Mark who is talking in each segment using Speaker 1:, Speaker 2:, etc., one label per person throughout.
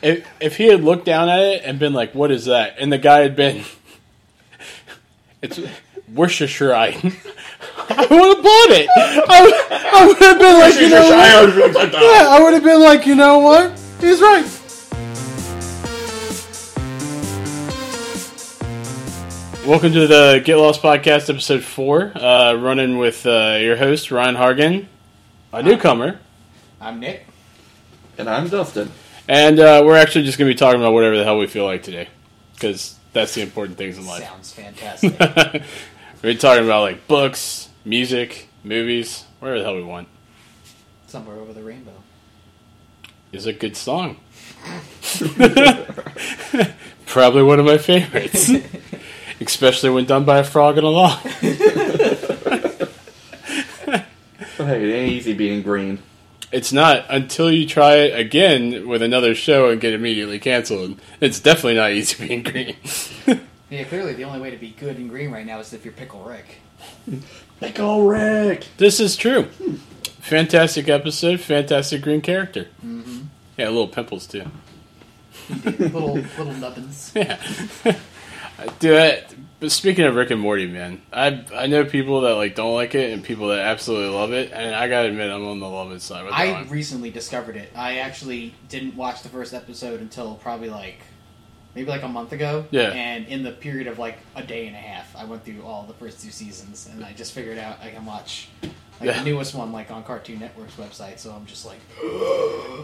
Speaker 1: If, if he had looked down at it and been like, "What is that?" and the guy had been, "It's Worcestershire," I would have bought it. I, would- I would have been like, you know what? Yeah, I would have been like, you know what? He's right. Welcome to the Get Lost Podcast, episode four. Uh, running with uh, your host Ryan Hargan, a newcomer.
Speaker 2: I'm Nick.
Speaker 3: And I'm Dustin.
Speaker 1: And uh, we're actually just going to be talking about whatever the hell we feel like today, because that's the important things in life.
Speaker 2: Sounds fantastic.
Speaker 1: we're talking about like books, music, movies, whatever the hell we want.
Speaker 2: Somewhere over the rainbow.
Speaker 1: Is a good song. Probably one of my favorites, especially when done by a frog and a log.
Speaker 3: But hey, it ain't easy being green.
Speaker 1: It's not until you try it again with another show and get immediately canceled. It's definitely not easy being green.
Speaker 2: Yeah, clearly the only way to be good and green right now is if you're Pickle Rick.
Speaker 3: Pickle Rick!
Speaker 1: This is true. Fantastic episode, fantastic green character. Yeah, little pimples too.
Speaker 2: little little nubbins.
Speaker 1: Yeah. Dude, I, but speaking of Rick and Morty, man, I I know people that like don't like it and people that absolutely love it, and I gotta admit I'm on the love it side with that
Speaker 2: I
Speaker 1: one.
Speaker 2: recently discovered it. I actually didn't watch the first episode until probably like maybe like a month ago.
Speaker 1: Yeah.
Speaker 2: And in the period of like a day and a half, I went through all the first two seasons and I just figured out I can watch like
Speaker 1: Yeah.
Speaker 2: the newest one like on Cartoon Network's website, so I'm just like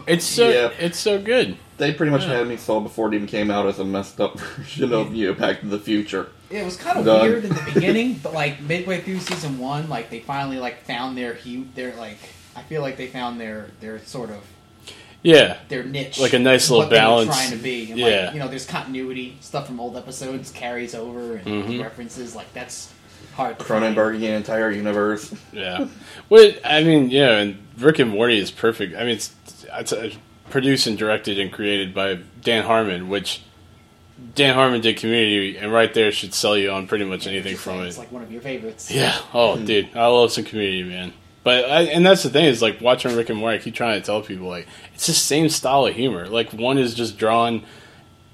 Speaker 1: It's so
Speaker 3: Yeah.
Speaker 1: it's so good.
Speaker 3: They pretty much
Speaker 1: Yeah.
Speaker 3: had me sold before it even came out as a messed up version of Neopack to the Future.
Speaker 2: It was kind of
Speaker 3: Done.
Speaker 2: weird in the beginning, but like midway through season one, like they finally like found their hue. Their like, I feel like they found their their sort of
Speaker 1: Yeah.
Speaker 2: their niche,
Speaker 1: Like a nice little
Speaker 2: what they were
Speaker 1: balance.
Speaker 2: trying to be. And
Speaker 1: Yeah.
Speaker 2: like, you know, there's continuity stuff from old episodes carries over and
Speaker 1: Mm-hmm.
Speaker 2: references. Like that's hard. to find.
Speaker 3: Cronenbergian entire universe.
Speaker 1: Yeah. Well, I mean, yeah, and Rick and Morty is perfect. I mean, it's, it's uh, produced and directed and created by Dan Harmon, which Dan Harmon did Community, and right there should sell you on pretty much anything
Speaker 2: Just
Speaker 1: from
Speaker 2: saying,
Speaker 1: it.
Speaker 2: It's like one of your favorites.
Speaker 1: Yeah. Oh, dude, I love some Community, man. But I, and that's the thing is like watching Rick and Morty. I keep trying to tell people like it's the same style of humor. Like one is just drawn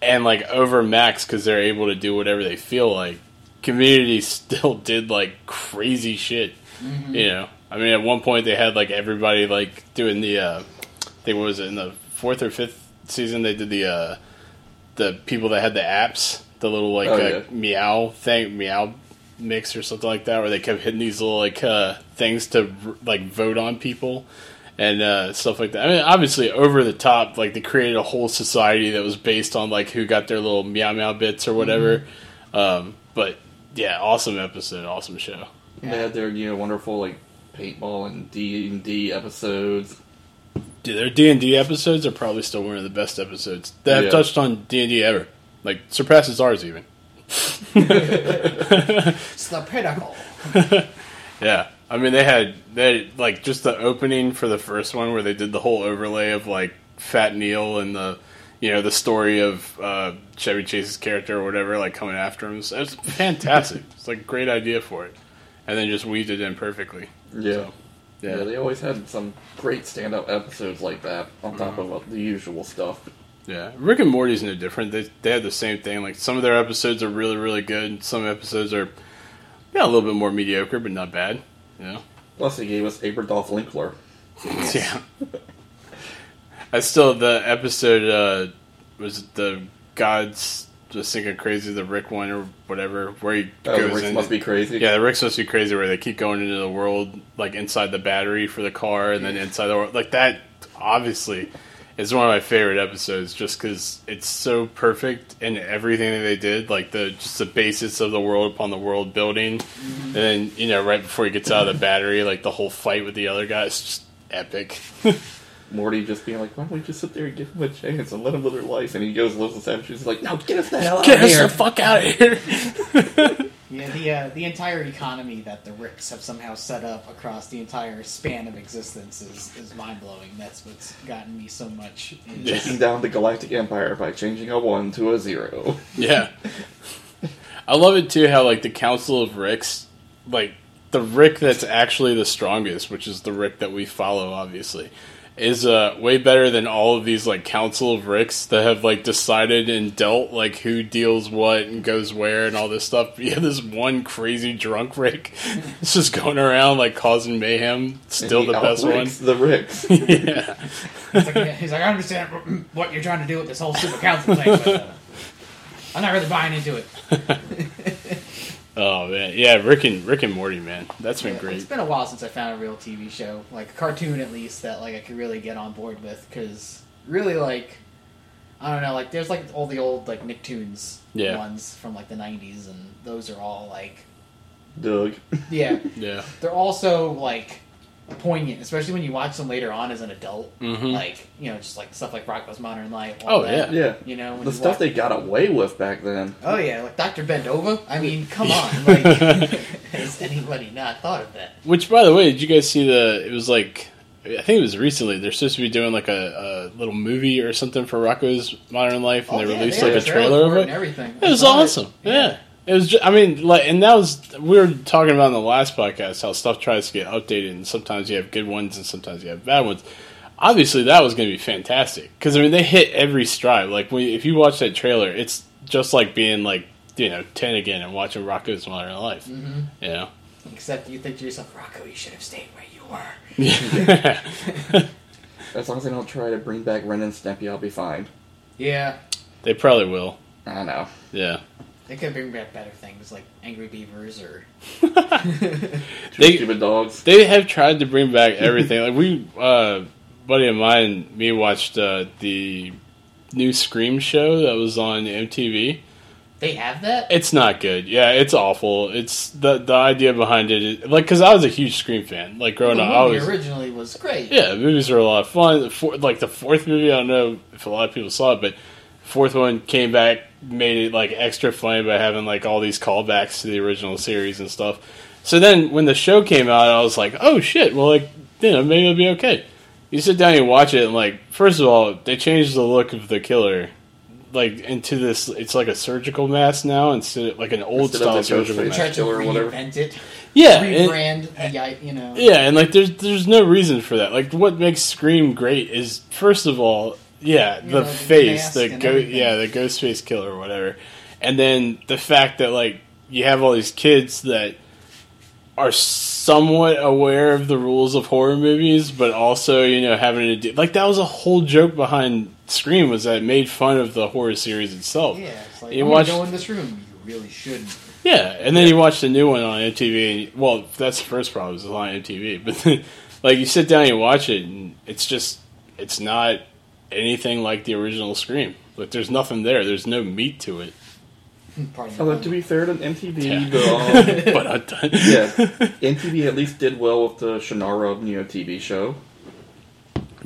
Speaker 1: and like over max because they're able to do whatever they feel like. Community still did like crazy shit. You know, I mean, at one point they had like everybody like doing the. Uh, I think what was it in the fourth or fifth season they did the uh, the people that had the apps, the little like
Speaker 3: Oh,
Speaker 1: uh,
Speaker 3: yeah.
Speaker 1: meow thing, meow mix or something like that, where they kept hitting these little like uh, things to like vote on people and uh, stuff like that. I mean, obviously over the top, like they created a whole society that was based on like who got their little meow meow bits or whatever.
Speaker 3: Mm-hmm.
Speaker 1: Um, but yeah, awesome episode, awesome show.
Speaker 3: They had their, you know, wonderful, like, paintball and D&D episodes.
Speaker 1: Dude, their D and D episodes are probably still one of the best episodes that have
Speaker 3: Yeah.
Speaker 1: touched on D and D ever. Like surpasses ours even.
Speaker 2: It's the pinnacle.
Speaker 1: Yeah, I mean they had they had, like just the opening for the first one where they did the whole overlay of like Fat Neil and the you know the story of uh, Chevy Chase's character or whatever like coming after him. So It's fantastic. it's like a great idea for it, and then just weaved it in perfectly.
Speaker 3: Yeah.
Speaker 1: Yeah.
Speaker 3: yeah. they always had some great stand-up episodes like that, on top of uh, the usual stuff.
Speaker 1: Yeah, Rick and Morty's no different. They they have the same thing. Like some of their episodes are really really good. Some episodes are yeah a little bit more mediocre, but not bad. Yeah,
Speaker 3: Plus, they gave us Aberdolf Linkler.
Speaker 1: yeah. I still the episode uh, was it the gods just thinking crazy the Rick one or whatever where he
Speaker 3: Oh,
Speaker 1: goes
Speaker 3: Rick
Speaker 1: in.
Speaker 3: must be crazy.
Speaker 1: yeah, the Rick's must be crazy where they keep going into the world like inside the battery for the car and then inside the world like that. Obviously, is one of my favorite episodes just because it's so perfect in everything that they did, like the just the basis of the world upon the world building, and then you know right before he gets out of the battery, like the whole fight with the other guy is just epic.
Speaker 3: Morty just being like, why don't we just sit there and give them a chance and let them live their life? And he goes, lives with Savage. He's like, no, get us the hell out
Speaker 1: Get
Speaker 3: of
Speaker 1: us
Speaker 3: here.
Speaker 1: the fuck out of here!
Speaker 2: Yeah, the uh, the entire economy that the Ricks have somehow set up across the entire span of existence is, is mind blowing. That's what's gotten me so much. Is
Speaker 1: Yeah.
Speaker 3: Taking down the Galactic Empire by changing a 1 to a 0.
Speaker 1: Yeah. I love it too how like the Council of Ricks like the Rick that's actually the strongest, which is the Rick that we follow obviously, is uh, way better than all of these like council of ricks that have like decided and dealt like who deals what and goes where and all this stuff. Yeah, this one crazy drunk rick is just going around like causing mayhem. Still
Speaker 3: He
Speaker 1: the best one.
Speaker 3: out-Ricks The Ricks.
Speaker 1: yeah.
Speaker 2: He's like, yeah, he's like, I understand what you're trying to do with this whole super council thing, but uh, I'm not really buying into it.
Speaker 1: Oh man, yeah, Rick and Rick and Morty, man, that's been
Speaker 2: Yeah, It's
Speaker 1: great.
Speaker 2: been a while since I found a real TV show, like a cartoon at least, that like I could really get on board with. Because really, like I don't know, like there's like all the old like Nicktoons
Speaker 1: Yeah.
Speaker 2: ones from like the '90s, and those are all like
Speaker 3: Doug.
Speaker 2: yeah,
Speaker 1: Yeah,
Speaker 2: they're also like poignant, especially when you watch them later on as an adult.
Speaker 1: Mhm.
Speaker 2: Like you know, just like stuff like Rocko's Modern Life.
Speaker 1: Oh,
Speaker 2: that,
Speaker 3: Yeah.
Speaker 2: you know when
Speaker 3: The
Speaker 2: you
Speaker 3: stuff
Speaker 2: watch-
Speaker 3: they got away with back then.
Speaker 2: Oh yeah, like Doctor Bendova. I mean, come on, like has anybody not thought of that?
Speaker 1: Which, by the way, did you guys see the? It was like, I think it was recently. They're supposed to be doing like a, a little movie or something for Rocco's Modern Life, and
Speaker 2: Oh,
Speaker 1: they
Speaker 2: yeah,
Speaker 1: released
Speaker 2: they
Speaker 1: like a
Speaker 2: had
Speaker 1: trailer of
Speaker 2: for it
Speaker 1: it.
Speaker 2: and everything.
Speaker 1: It
Speaker 2: I
Speaker 1: was
Speaker 2: saw
Speaker 1: awesome. Yeah. It was just, I mean, like, and that was, we were talking about in the last podcast how stuff tries to get updated, and sometimes you have good ones and sometimes you have bad ones. Obviously, that was going to be fantastic. Because, I mean, they hit every stride. Like, when, if you watch that trailer, it's just like being, like, you know, 10 again and watching Rocco's Modern Life. Mm-hmm. You know?
Speaker 2: Except you think to yourself, Rocco, you should have stayed where you were.
Speaker 1: Yeah.
Speaker 3: As long as they don't try to bring back Ren and Snippy, I'll be fine.
Speaker 2: Yeah,
Speaker 1: they probably will.
Speaker 3: I know.
Speaker 1: Yeah.
Speaker 2: they could bring back better things like Angry Beavers or
Speaker 3: Two
Speaker 1: They-
Speaker 3: stupid dogs.
Speaker 1: They have tried to bring back everything. like we, uh, buddy of mine, me watched uh, the new Scream show that was on MTV.
Speaker 2: they have that.
Speaker 1: It's not good. Yeah, it's awful. It's the the idea behind it. Is, like, because I was a huge Scream fan. Like growing
Speaker 2: the
Speaker 1: up, I
Speaker 2: movie
Speaker 1: was.
Speaker 2: originally was great.
Speaker 1: Yeah, the movies are a lot of fun. The four, like the fourth movie, I don't know if a lot of people saw it, but fourth one came back, made it like extra funny by having like all these callbacks to the original series and stuff. So then when the show came out, I was like, oh shit, well like you know maybe it'll be okay. You sit down, you watch it, and like first of all, they changed the look of the killer. Like into this, it's like a surgical mask now instead of like an old
Speaker 3: Instead of
Speaker 1: style
Speaker 3: the ghost
Speaker 1: surgical
Speaker 3: face.
Speaker 2: They
Speaker 1: mask.
Speaker 2: tried to
Speaker 3: Killer or whatever.
Speaker 2: reinvent it,
Speaker 1: Yeah, and-
Speaker 2: rebrand the i- you know.
Speaker 1: yeah, and like there's there's no reason for that. Like what makes Scream great is first of all, yeah,
Speaker 2: You
Speaker 1: the
Speaker 2: know, the
Speaker 1: face,
Speaker 2: mask
Speaker 1: the
Speaker 2: and
Speaker 1: go
Speaker 2: everything.
Speaker 1: yeah, the ghost face killer or whatever. And then the fact that like you have all these kids that are somewhat aware of the rules of horror movies, but also, you know, having to do like that was a whole joke behind Scream was that it made fun of the horror series itself.
Speaker 2: Yeah, it's like
Speaker 1: You
Speaker 2: you
Speaker 1: watch-
Speaker 2: watch... go in this room. You really shouldn't.
Speaker 1: Yeah, and then you watch the new one on MTV. And, well, that's the first problem is it's on MTV. But then, like you sit down and you watch it, and it's just it's not anything like the original Scream. Like there's nothing there. There's no meat to it.
Speaker 2: Pardon
Speaker 3: Although
Speaker 2: the
Speaker 3: to be fair to MTV,
Speaker 1: Yeah.
Speaker 3: the, um,
Speaker 1: but I'm done.
Speaker 3: yeah, MTV at least did well with the Shannara of Neo TV show.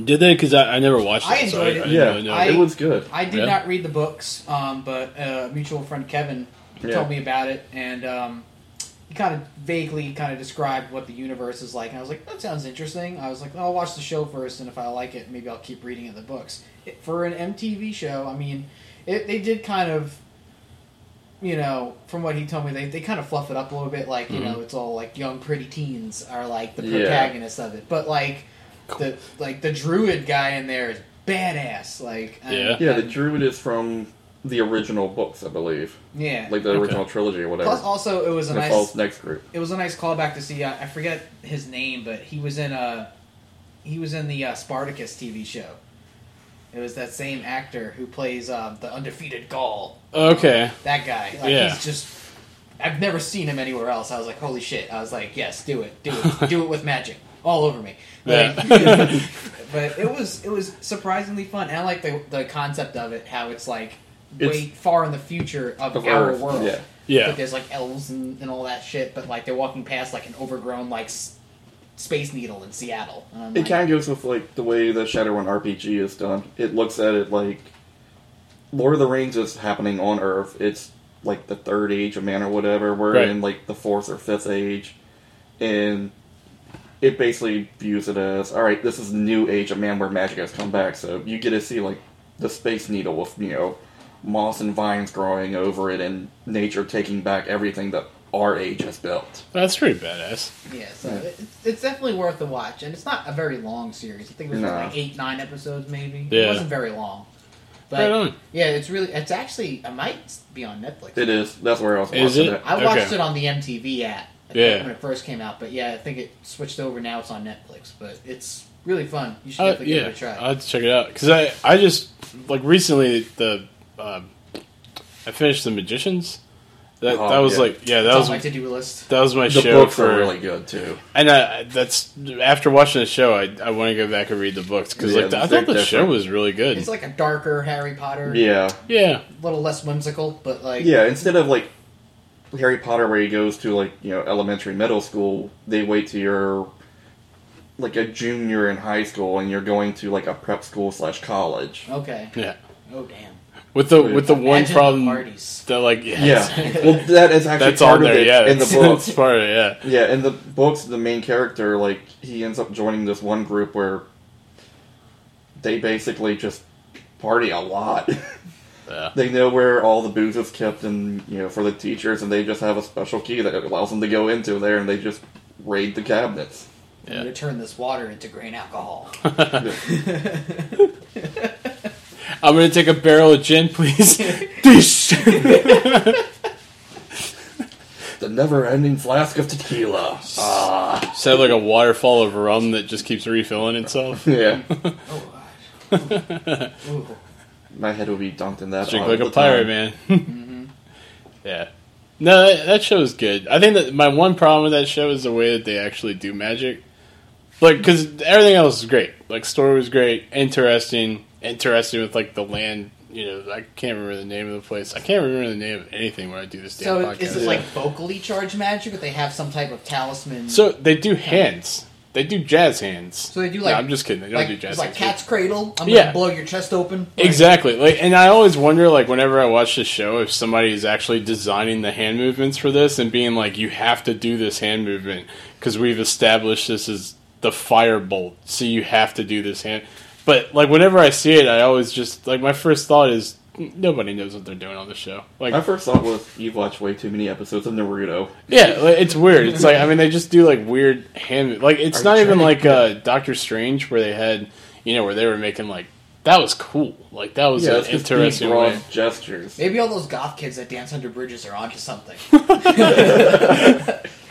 Speaker 1: Did they? Because I, I never watched.
Speaker 2: I
Speaker 1: it, so
Speaker 2: enjoyed
Speaker 1: I,
Speaker 3: Yeah,
Speaker 2: it.
Speaker 1: I, didn't really know.
Speaker 2: I-
Speaker 3: it was good.
Speaker 2: I did
Speaker 1: Yeah.
Speaker 2: not read the books, um, but uh, a mutual friend Kevin
Speaker 3: Yeah.
Speaker 2: told me about it, and um, he kind of vaguely kind of described what the universe is like, and I was like, that sounds interesting. I was like, I'll watch the show first, and if I like it, maybe I'll keep reading in the books. It, for an MTV show, I mean, it, they did kind of. You know, from what he told me, they, they kind of fluff it up a little bit, like you know, it's all like young, pretty teens are like the
Speaker 3: Yeah.
Speaker 2: protagonists of it. But like the like the druid guy in there is badass. Like I-
Speaker 1: Yeah.
Speaker 3: Yeah, the druid is from the original books, I believe,
Speaker 2: yeah.
Speaker 3: like the
Speaker 1: Okay.
Speaker 3: original trilogy or whatever.
Speaker 2: Plus, also it was a
Speaker 3: and it
Speaker 2: nice
Speaker 3: falls next group.
Speaker 2: it was a nice callback to see. Uh, I forget his name, but he was in a he was in the uh, Spartacus TV show. It was that same actor who plays um, the undefeated Gaul.
Speaker 1: Okay.
Speaker 2: That guy. Like,
Speaker 1: Yeah.
Speaker 2: He's just. I've never seen him anywhere else. I was like, holy shit! I was like, yes, do it, do it, do it with magic all over me. Like,
Speaker 1: Yeah.
Speaker 2: but it was it was surprisingly fun, and I like the the concept of it. How it's like
Speaker 3: It's-
Speaker 2: way far in the future of,
Speaker 3: Of
Speaker 2: our
Speaker 3: Earth,
Speaker 2: world.
Speaker 3: yeah.
Speaker 2: Like,
Speaker 1: Yeah.
Speaker 2: there's like elves and, and all that shit, but like they're walking past like an overgrown like s- space needle in Seattle. And I'm
Speaker 3: It
Speaker 2: like,
Speaker 3: kind of goes with like the way the Shadowrun RPG is done. It looks at it like Lord of the Rings is happening on Earth. It's like the third age of man or whatever. We're
Speaker 1: Right.
Speaker 3: in like the fourth or fifth age, and it basically views it as all right. This is new age of man where magic has come back. So you get to see like the space needle with you know moss and vines growing over it and nature taking back everything that our age has built.
Speaker 1: That's pretty badass.
Speaker 2: Yeah, so
Speaker 3: Yeah.
Speaker 2: It's, it's definitely worth the watch, and it's not a very long series. I think it was
Speaker 3: No.
Speaker 2: like eight, nine episodes, maybe. It
Speaker 1: Yeah.
Speaker 2: wasn't very long. But
Speaker 1: Right on.
Speaker 2: yeah, it's really, it's actually, it might be on Netflix.
Speaker 3: It is. That's where I was
Speaker 1: Is
Speaker 3: watching
Speaker 1: it?
Speaker 3: it.
Speaker 2: I watched
Speaker 1: Okay.
Speaker 2: it on the MTV app. I think,
Speaker 1: Yeah.
Speaker 2: when it first came out, but yeah, I think it switched over. Now it's on Netflix, but it's really fun. You should
Speaker 1: Uh,
Speaker 2: definitely
Speaker 1: yeah,
Speaker 2: give it a try.
Speaker 1: I'll have to check it out because I I just like recently the uh, I finished the Magicians. That
Speaker 3: Oh,
Speaker 1: that was
Speaker 3: yeah.
Speaker 1: like yeah
Speaker 2: it's
Speaker 1: that was
Speaker 2: on my to-do list.
Speaker 1: that was my
Speaker 3: The
Speaker 1: show
Speaker 3: books
Speaker 1: for
Speaker 3: are really good too.
Speaker 1: and I, that's after watching the show I I want to go back and read the books because
Speaker 3: Yeah,
Speaker 1: like the, I
Speaker 3: they're
Speaker 1: thought the show
Speaker 3: different.
Speaker 1: was really good.
Speaker 2: It's like a darker Harry Potter.
Speaker 3: Yeah,
Speaker 1: yeah,
Speaker 2: A little less whimsical, but like
Speaker 3: yeah. Instead of like Harry Potter, where he goes to like you know elementary, middle school, they wait till you're like a junior in high school, and you're going to like a prep school slash college.
Speaker 2: Okay.
Speaker 1: yeah.
Speaker 2: Oh damn.
Speaker 1: With the with the one
Speaker 2: Imagine the
Speaker 1: problem
Speaker 2: parties.
Speaker 1: that like
Speaker 3: Yeah,
Speaker 1: yeah,
Speaker 3: well, that is actually
Speaker 1: that's
Speaker 3: part
Speaker 1: on there
Speaker 3: of it
Speaker 1: yeah
Speaker 3: in the
Speaker 1: that's-
Speaker 3: books.
Speaker 1: that's part of it, yeah
Speaker 3: Yeah, in the books, the main character like he ends up joining this one group where they basically just party a lot.
Speaker 1: yeah
Speaker 3: they know where all the booze is kept, and you know for the teachers, and they just have a special key that allows them to go into there, and they just raid the cabinets.
Speaker 2: I'm gonna turn this water into grain alcohol.
Speaker 1: I'm gonna take a barrel of gin please Dish.
Speaker 3: The never-ending flask of tequila. Ah,
Speaker 1: Sound like a waterfall of rum that just keeps refilling itself.
Speaker 3: yeah.
Speaker 2: oh god. Ooh. Ooh.
Speaker 3: My head would be dunked in that.
Speaker 1: Drink
Speaker 3: all
Speaker 1: like
Speaker 3: the
Speaker 1: a pirate,
Speaker 3: time.
Speaker 1: man. yeah. No, that, that show is good. I think that my one problem with that show is the way that they actually do magic. Like, because everything else is great. Like, story was great, interesting, interesting with like the land. You know, I can't remember the name of the place. I can't remember the name of anything when I do this damn
Speaker 2: So
Speaker 1: podcast.
Speaker 2: is it like vocally charged magic or they have some type of talisman?
Speaker 1: so they do hands. They do jazz hands.
Speaker 2: So they do,
Speaker 1: No,
Speaker 2: like-
Speaker 1: I'm just kidding. They don't
Speaker 2: like,
Speaker 1: do jazz
Speaker 2: it's like
Speaker 1: hands.
Speaker 2: cat's cradle. I'm
Speaker 1: Yeah.
Speaker 2: gonna blow your chest open. Like,
Speaker 1: Exactly. Like, and I always wonder, like, whenever I watch the show, if somebody is actually designing the hand movements for this and being like, "You have to do this hand movement because we've established this is the fire bolt, so you have to do this hand." But like, whenever I see it, I always just like my first thought is nobody knows what they're doing on the show. Like,
Speaker 3: My first thought was you watch way too many episodes of Naruto.
Speaker 1: yeah, like, it's weird. It's like I mean, they just do like weird hand. Like it's
Speaker 3: Are
Speaker 1: not
Speaker 3: you
Speaker 1: even
Speaker 3: trying to
Speaker 1: like uh, Doctor Strange where they had, you know, where they were making like that was cool. Like that was
Speaker 3: Yeah,
Speaker 1: an
Speaker 3: it's just big,
Speaker 1: interesting
Speaker 3: broad
Speaker 1: way.
Speaker 3: gestures.
Speaker 2: Maybe all those goth kids that dance under bridges are onto something.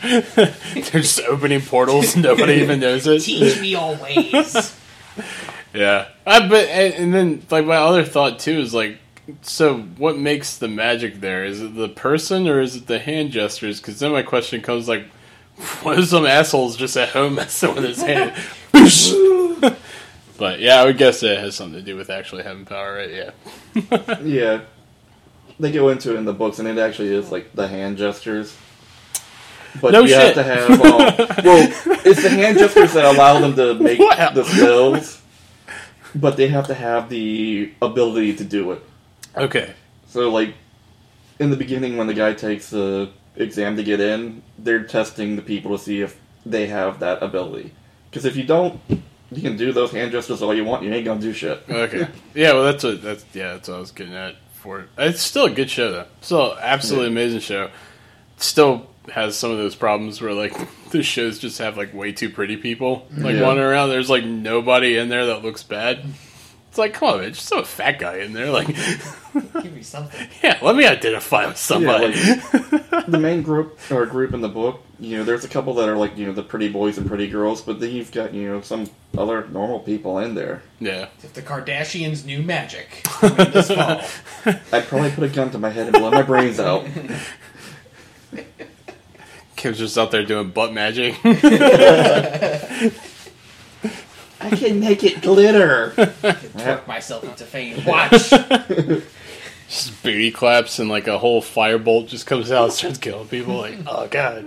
Speaker 1: They're just opening portals. Nobody even knows it.
Speaker 2: Teach me all ways.
Speaker 1: Yeah. Uh, but and, and then like my other thought too is like, so what makes the magic there? Is it the person or is it the hand gestures? Because then my question comes like, what if some assholes just at home messing with his hand? but yeah, I would guess that it has something to do with actually having power, right? Yeah.
Speaker 3: Yeah. They go into it in the books, and it actually is like the hand gestures. But
Speaker 1: No
Speaker 3: you
Speaker 1: shit.
Speaker 3: have to have. Um, well, it's the hand gestures that allow them to make
Speaker 1: Wow.
Speaker 3: the spells, but they have to have the ability to do it.
Speaker 1: Okay.
Speaker 3: So, like, in the beginning, when the guy takes the exam to get in, they're testing the people to see if they have that ability. Because if you don't, you can do those hand gestures all you want, you ain't gonna do shit.
Speaker 1: Okay. Yeah. Well, that's what that's yeah. That's what I was getting at for it. It's still a good show though. Still absolutely amazing show. Still has some of those problems where like the shows just have like way too pretty people like
Speaker 3: Yeah.
Speaker 1: wandering around. There's like nobody in there that looks bad. It's like come on, man, just throw a fat guy in there. Like,
Speaker 2: Give me something.
Speaker 1: yeah, let me identify with somebody.
Speaker 3: the main group or group in the book, you know, there's a couple that are like, you know, the pretty boys and pretty girls, but then you've got, you know, some other normal people in there.
Speaker 1: yeah.
Speaker 2: If the Kardashians knew magic I mean, this fall.
Speaker 3: I'd probably put a gun to my head and blow my brains out.
Speaker 1: Kim's just out there doing butt magic.
Speaker 3: I can make it glitter.
Speaker 2: twerk myself into fame. Watch.
Speaker 1: just booty claps and like a whole firebolt just comes out and starts killing people. Like, oh god.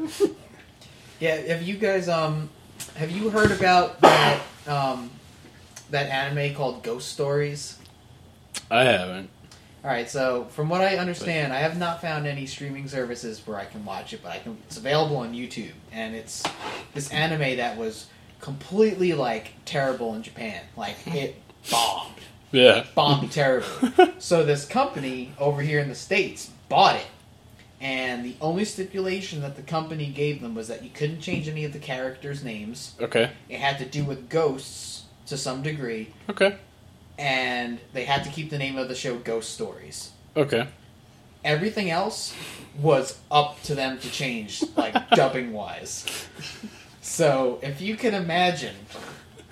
Speaker 2: yeah, have you guys um have you heard about that um that anime called Ghost Stories?
Speaker 1: I haven't.
Speaker 2: All right, so from what I understand, I have not found any streaming services where I can watch it, but I can. It's available on YouTube, and it's this anime that was completely like terrible in Japan. Like it bombed,
Speaker 1: Yeah.
Speaker 2: bombed terribly. So this company over here in the states bought it, and the only stipulation that the company gave them was that you couldn't change any of the characters' names.
Speaker 1: Okay.
Speaker 2: It had to do with ghosts to some degree,
Speaker 1: Okay.
Speaker 2: and they had to keep the name of the show Ghost Stories.
Speaker 1: Okay.
Speaker 2: Everything else was up to them to change, like dubbing wise. So if you can imagine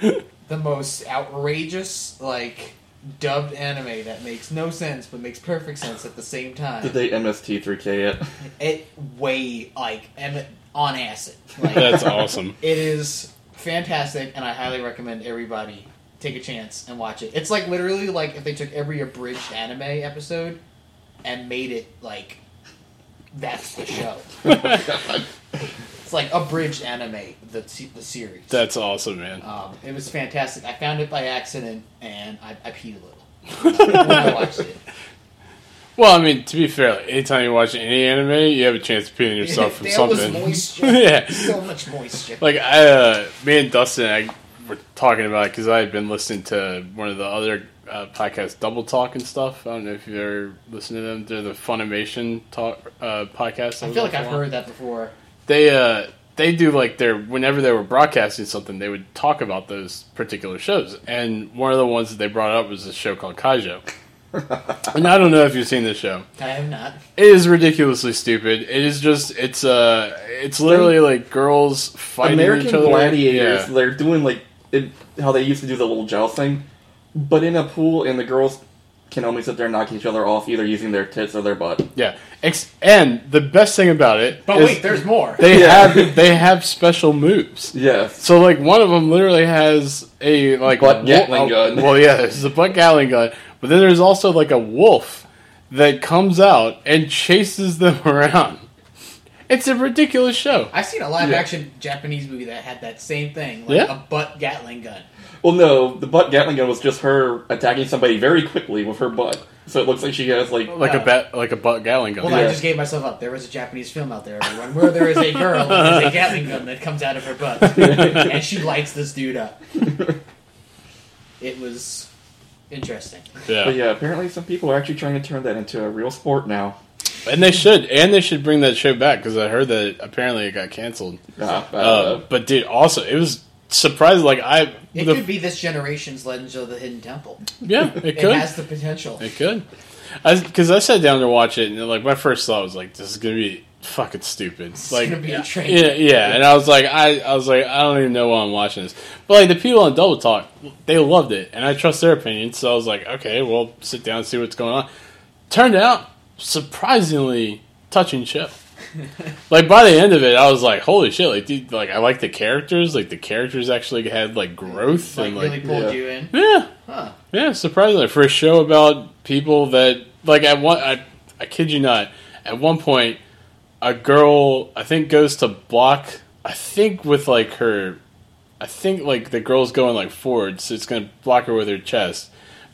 Speaker 2: the most outrageous, like dubbed anime that makes no sense but makes perfect sense at the same time.
Speaker 3: Did they MST3K it?
Speaker 2: it way like em- on acid. Like,
Speaker 1: That's awesome.
Speaker 2: it is fantastic, and I highly recommend everybody take a chance and watch it. It's like literally like if they took every abridged anime episode and made it like that's the show. It's like abridged anime the se- the series.
Speaker 1: That's awesome, man.
Speaker 2: um, it was fantastic. I found it by accident, and I, I peed a little when I watched it.
Speaker 1: Well, I mean, to be fair, like, anytime you watch any anime, you have a chance of peeing yourself from
Speaker 2: there
Speaker 1: something.
Speaker 2: was moisture.
Speaker 1: yeah.
Speaker 2: So much moisture.
Speaker 1: Like I, uh, me and Dustin, I were talking about because I had been listening to one of the other uh, podcasts, Double Talk and stuff. I don't know if you've ever listened to them. They're the Funimation talk uh, podcast.
Speaker 2: I feel like I've heard that before.
Speaker 1: they uh they do like their whenever they were broadcasting something they would talk about those particular shows and one of the ones that they brought up was a show called kaijo and i don't know if you've seen this show
Speaker 2: I have not.
Speaker 1: it is ridiculously stupid it is just it's uh it's literally like girls fighting
Speaker 3: American
Speaker 1: each other
Speaker 3: Gladiators,
Speaker 1: Yeah.
Speaker 3: they're doing like it, how they used to do the little joust thing, but in a pool, and the girls can only sit there and knock each other off, either using their tits or their butt.
Speaker 1: yeah Ex- and the best thing about it
Speaker 2: But
Speaker 1: is
Speaker 2: wait, there's more.
Speaker 1: they
Speaker 3: Yeah.
Speaker 1: have they have special moves
Speaker 3: Yes.
Speaker 1: So like one of them literally has a like
Speaker 3: Butt
Speaker 1: wo-
Speaker 3: Gatling
Speaker 1: a-
Speaker 3: gun.
Speaker 1: Well, yeah, it's a butt Gatling gun. But then there's also like a wolf that comes out and chases them around. It's a ridiculous show.
Speaker 2: I've seen a live
Speaker 3: Yeah.
Speaker 2: action Japanese movie that had that same thing, like
Speaker 1: Yeah?
Speaker 2: a butt Gatling gun.
Speaker 3: Well, no, the butt Gatling gun was just her attacking somebody very quickly with her butt. So it looks like she has like
Speaker 1: Like a bat, like a butt Gatling gun.
Speaker 2: Well, I
Speaker 3: Yeah.
Speaker 2: just gave myself up. There is a Japanese film out there, everyone, where there is a girl with a Gatling gun that comes out of her butt, and she lights this dude up. It was interesting.
Speaker 1: yeah.
Speaker 3: But yeah, apparently some people are actually trying to turn that into a real sport now.
Speaker 1: and they should, and they should bring that show back because I heard that apparently it got canceled.
Speaker 3: Ah, I
Speaker 1: Uh,
Speaker 3: don't know.
Speaker 1: but dude, also it was surprising. Like I,
Speaker 2: It
Speaker 1: the-
Speaker 2: could be this generation's Legends of the Hidden Temple.
Speaker 1: yeah, it
Speaker 2: It
Speaker 1: could.
Speaker 2: has the potential.
Speaker 1: It could. Because I, sat down to watch it, and like my first thought was like, "This is gonna be fucking stupid."
Speaker 2: It's
Speaker 1: like,
Speaker 2: gonna be a train.
Speaker 1: yeah, yeah. And I was like, I, I was like, I don't even know why I'm watching this. But like the people on Double Talk, they loved it, and I trust their opinion. So I was like, okay, well, sit down and see what's going on. Turned out surprisingly touching show. like by the end of it, I was like, holy shit! Like, dude, like I like the characters. Like the characters actually had like growth
Speaker 2: Like,
Speaker 1: and
Speaker 2: really
Speaker 1: like
Speaker 2: pulled
Speaker 3: yeah.
Speaker 2: you in.
Speaker 1: yeah.
Speaker 2: Huh.
Speaker 1: Yeah, surprisingly, for a show about people that like at one, I, I kid you not, at one point, a girl I think goes to block. I think with like her, I think like the girl's going like forward, so it's gonna block her with her chest.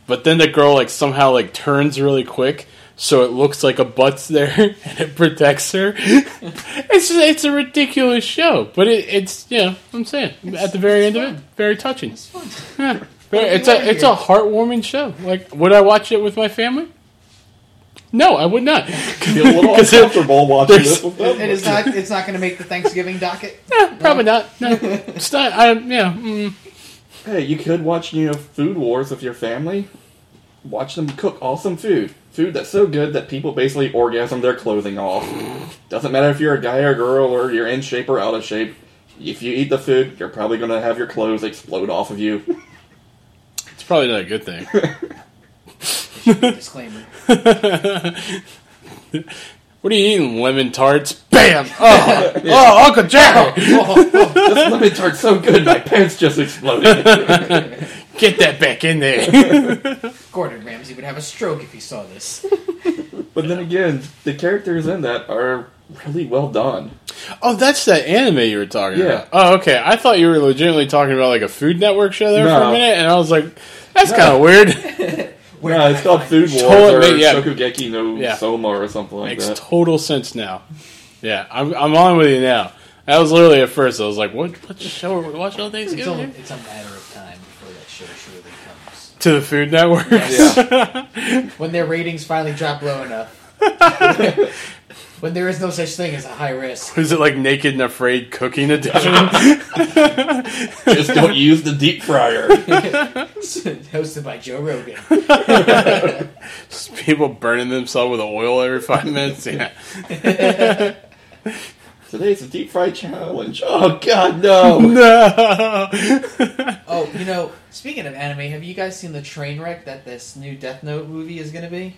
Speaker 1: But then the girl like somehow like turns really quick, so it looks like a butt's there and it protects her. it's just, it's a ridiculous show, but it, it's you know I'm saying at the very end of it, very touching.
Speaker 2: It's fun.
Speaker 1: Yeah.
Speaker 2: What do
Speaker 1: It's
Speaker 2: you want
Speaker 1: a it's a
Speaker 2: here?
Speaker 1: heartwarming show. Like, would I watch it with my family? No, I would not.
Speaker 3: Feel a little
Speaker 1: 'Cause it-
Speaker 3: uncomfortable watching
Speaker 1: there's-
Speaker 3: this with them.
Speaker 2: It is not. It's not going to make the Thanksgiving docket.
Speaker 1: eh, probably not. No, it's not. I yeah. Mm.
Speaker 3: Hey, you could watch, you know, Food Wars with your family. Watch them cook awesome food. Food that's so good that people basically orgasm their clothing off. Doesn't matter if you're a guy or girl or you're in shape or out of shape. If you eat the food, you're probably going to have your clothes explode off of you.
Speaker 1: It's probably not a good thing.
Speaker 2: Disclaimer.
Speaker 1: what are you eating? Lemon tarts? Bam! Oh, oh Uncle Jerry!
Speaker 3: this lemon tart's so good, my pants just exploded.
Speaker 1: Get that back in there.
Speaker 2: Gordon Ramsay would have a stroke if he saw this.
Speaker 3: but then again, the characters in that are really well done.
Speaker 1: oh, that's that anime you were talking
Speaker 3: Yeah.
Speaker 1: about. Oh, okay. I thought you were legitimately talking about like a Food Network show there for a
Speaker 3: No.
Speaker 1: minute, and I was like, that's
Speaker 3: No.
Speaker 1: kind of weird.
Speaker 2: Where
Speaker 3: no,
Speaker 2: can
Speaker 3: Uh, it's
Speaker 2: I
Speaker 3: called
Speaker 2: find
Speaker 3: Food Wars
Speaker 2: it?
Speaker 1: Totally,
Speaker 3: or
Speaker 1: yeah.
Speaker 3: Shokugeki no
Speaker 1: Yeah.
Speaker 3: Soma or something like
Speaker 1: Makes
Speaker 3: that.
Speaker 1: total sense now. Yeah, I'm, I'm on with you now. That was literally at first. I was like, what, what show are we watching on
Speaker 2: It's, only,
Speaker 1: Thanksgiving?
Speaker 2: it's a matter of time before that show surely comes.
Speaker 1: To the Food Network.
Speaker 2: When their ratings finally drop low enough, When there is no such thing as a high risk.
Speaker 1: Is it like Naked and Afraid Cooking Edition?
Speaker 3: Just don't use the deep fryer.
Speaker 2: Hosted by Joe Rogan.
Speaker 1: Just people burning themselves with oil every five minutes. Yeah.
Speaker 3: Today's a deep fry challenge. Oh god, no.
Speaker 1: No.
Speaker 2: Oh, you know, speaking of anime, have you guys seen the train wreck that this new Death Note movie is going to be?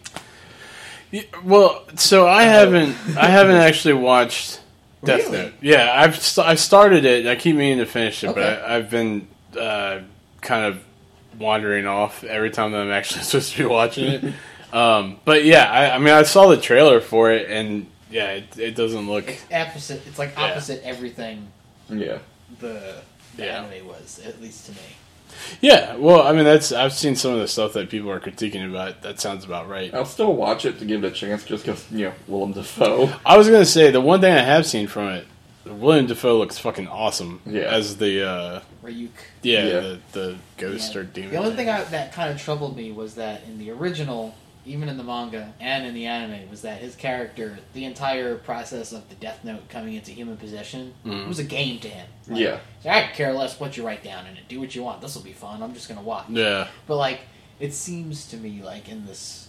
Speaker 1: Yeah, well, so I haven't. I haven't actually watched Death
Speaker 2: Uh-huh. Really?
Speaker 1: Note. Yeah, I've st- I started it. I keep meaning to finish it,
Speaker 2: Okay.
Speaker 1: but I, I've been uh, kind of wandering off every time that I'm actually supposed to be watching it. um, but yeah, I, I mean, I saw the trailer for it, and yeah, it, it doesn't look.
Speaker 2: It's opposite. It's like
Speaker 1: Yeah.
Speaker 2: opposite everything
Speaker 3: Yeah.
Speaker 2: the, the
Speaker 1: Yeah.
Speaker 2: anime was, at least to me.
Speaker 1: Yeah, well, I mean, that's I've seen some of the stuff that people are critiquing about. That sounds about right.
Speaker 3: I'll still watch it to give it a chance just because, you know, Willem Dafoe.
Speaker 1: I was gonna say the one thing I have seen from it, William Defoe looks fucking awesome
Speaker 3: Yeah.
Speaker 1: as the uh,
Speaker 2: Ryuk.
Speaker 1: yeah,
Speaker 3: Yeah.
Speaker 1: The, the ghost or demon.
Speaker 2: The only thing I, that kind of troubled me was that in the original, even in the manga and in the anime, was that his character, the entire process of the Death Note coming into human possession,
Speaker 1: Mhm.
Speaker 2: was a game to him. Like,
Speaker 3: Yeah.
Speaker 2: so I could care less what you write down in it. Do what you want. This will be fun. I'm just gonna watch.
Speaker 1: yeah,
Speaker 2: But like, it seems to me like in this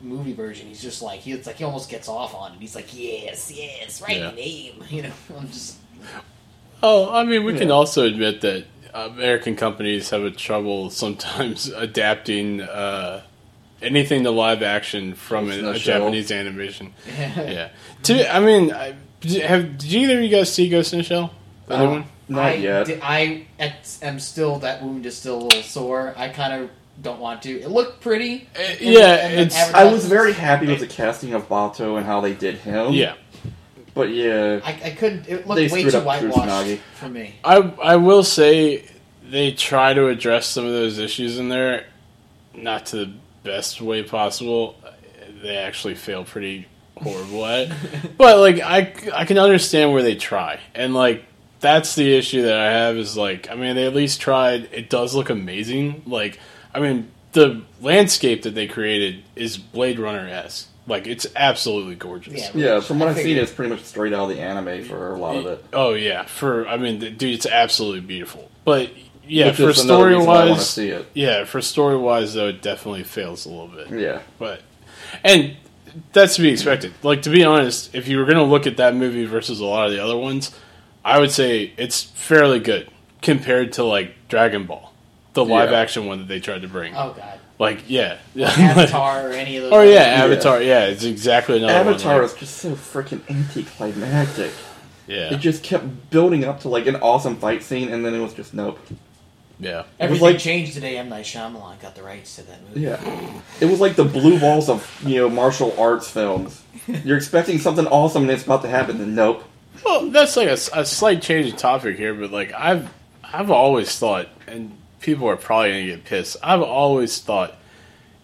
Speaker 2: movie version, he's just like he. It's like he almost gets off on it. He's like, yes, yes, write
Speaker 1: Yeah.
Speaker 2: the name. You know, I'm just
Speaker 1: Oh, I mean, we can
Speaker 3: Yeah.
Speaker 1: also admit that American companies have a trouble sometimes adapting uh, anything to live action from
Speaker 3: It's
Speaker 1: a,
Speaker 3: no
Speaker 1: a
Speaker 3: show.
Speaker 1: Japanese animation. yeah. To, I mean, I, did- have did either of you guys see Ghost in the Shell? The new
Speaker 3: Uh,
Speaker 2: Um,
Speaker 1: one?
Speaker 3: Not
Speaker 2: I
Speaker 3: yet.
Speaker 2: di- I ex- am still that wound is still a little sore. I kind of don't want to. It looked pretty.
Speaker 1: Uh,
Speaker 2: in
Speaker 1: yeah,
Speaker 2: the- in the
Speaker 1: it's-
Speaker 2: advertisements.
Speaker 3: I was very happy with the casting of Bato and how they did him.
Speaker 1: Yeah.
Speaker 3: But yeah.
Speaker 2: I, I couldn't. It
Speaker 3: They
Speaker 2: looked way
Speaker 3: screwed
Speaker 2: too
Speaker 3: up Kusanagi.
Speaker 2: whitewashed for me.
Speaker 1: I I will say they try to address some of those issues in there, not to the best way possible. They actually fail pretty horrible at, it. but like I I can understand where they try and like. That's the issue that I have is like I mean they at least tried it does look amazing like I mean the landscape that they created is Blade Runner esque like it's absolutely gorgeous
Speaker 2: Yeah,
Speaker 3: Yeah, from what
Speaker 2: I
Speaker 3: I've seen,
Speaker 2: figured.
Speaker 3: it's pretty much straight out of the anime for a lot of it.
Speaker 1: Oh yeah, for I mean, th- dude, it's absolutely beautiful. But yeah,
Speaker 3: Which
Speaker 1: for
Speaker 3: is another
Speaker 1: story
Speaker 3: reason I want to
Speaker 1: wise,
Speaker 3: see it.
Speaker 1: yeah, for story wise though, it definitely fails a little bit.
Speaker 3: Yeah.
Speaker 1: But and that's to be expected. Like to be honest, if you were gonna look at that movie versus a lot of the other ones, I would say it's fairly good compared to like Dragon Ball, the
Speaker 3: Yeah.
Speaker 1: live action one that they tried to bring.
Speaker 2: Oh god,
Speaker 1: Like yeah,
Speaker 2: Avatar or any of those.
Speaker 1: oh
Speaker 2: other-
Speaker 1: yeah, Avatar. Yeah, it's exactly another
Speaker 3: Avatar
Speaker 1: One,
Speaker 3: is just so freaking anticlimactic.
Speaker 1: yeah,
Speaker 3: It just kept building up to like an awesome fight scene, and then it was just nope.
Speaker 1: yeah.
Speaker 2: Everything
Speaker 3: like-
Speaker 2: changed today. M Night Shyamalan got the rights to that movie.
Speaker 3: Yeah, it was like the blue balls of you know martial arts films. You're expecting something awesome, and it's about to happen, and nope.
Speaker 1: Well, that's like a, s- a slight change of topic here, but like I've I've always thought, and people are probably gonna get pissed. I've always thought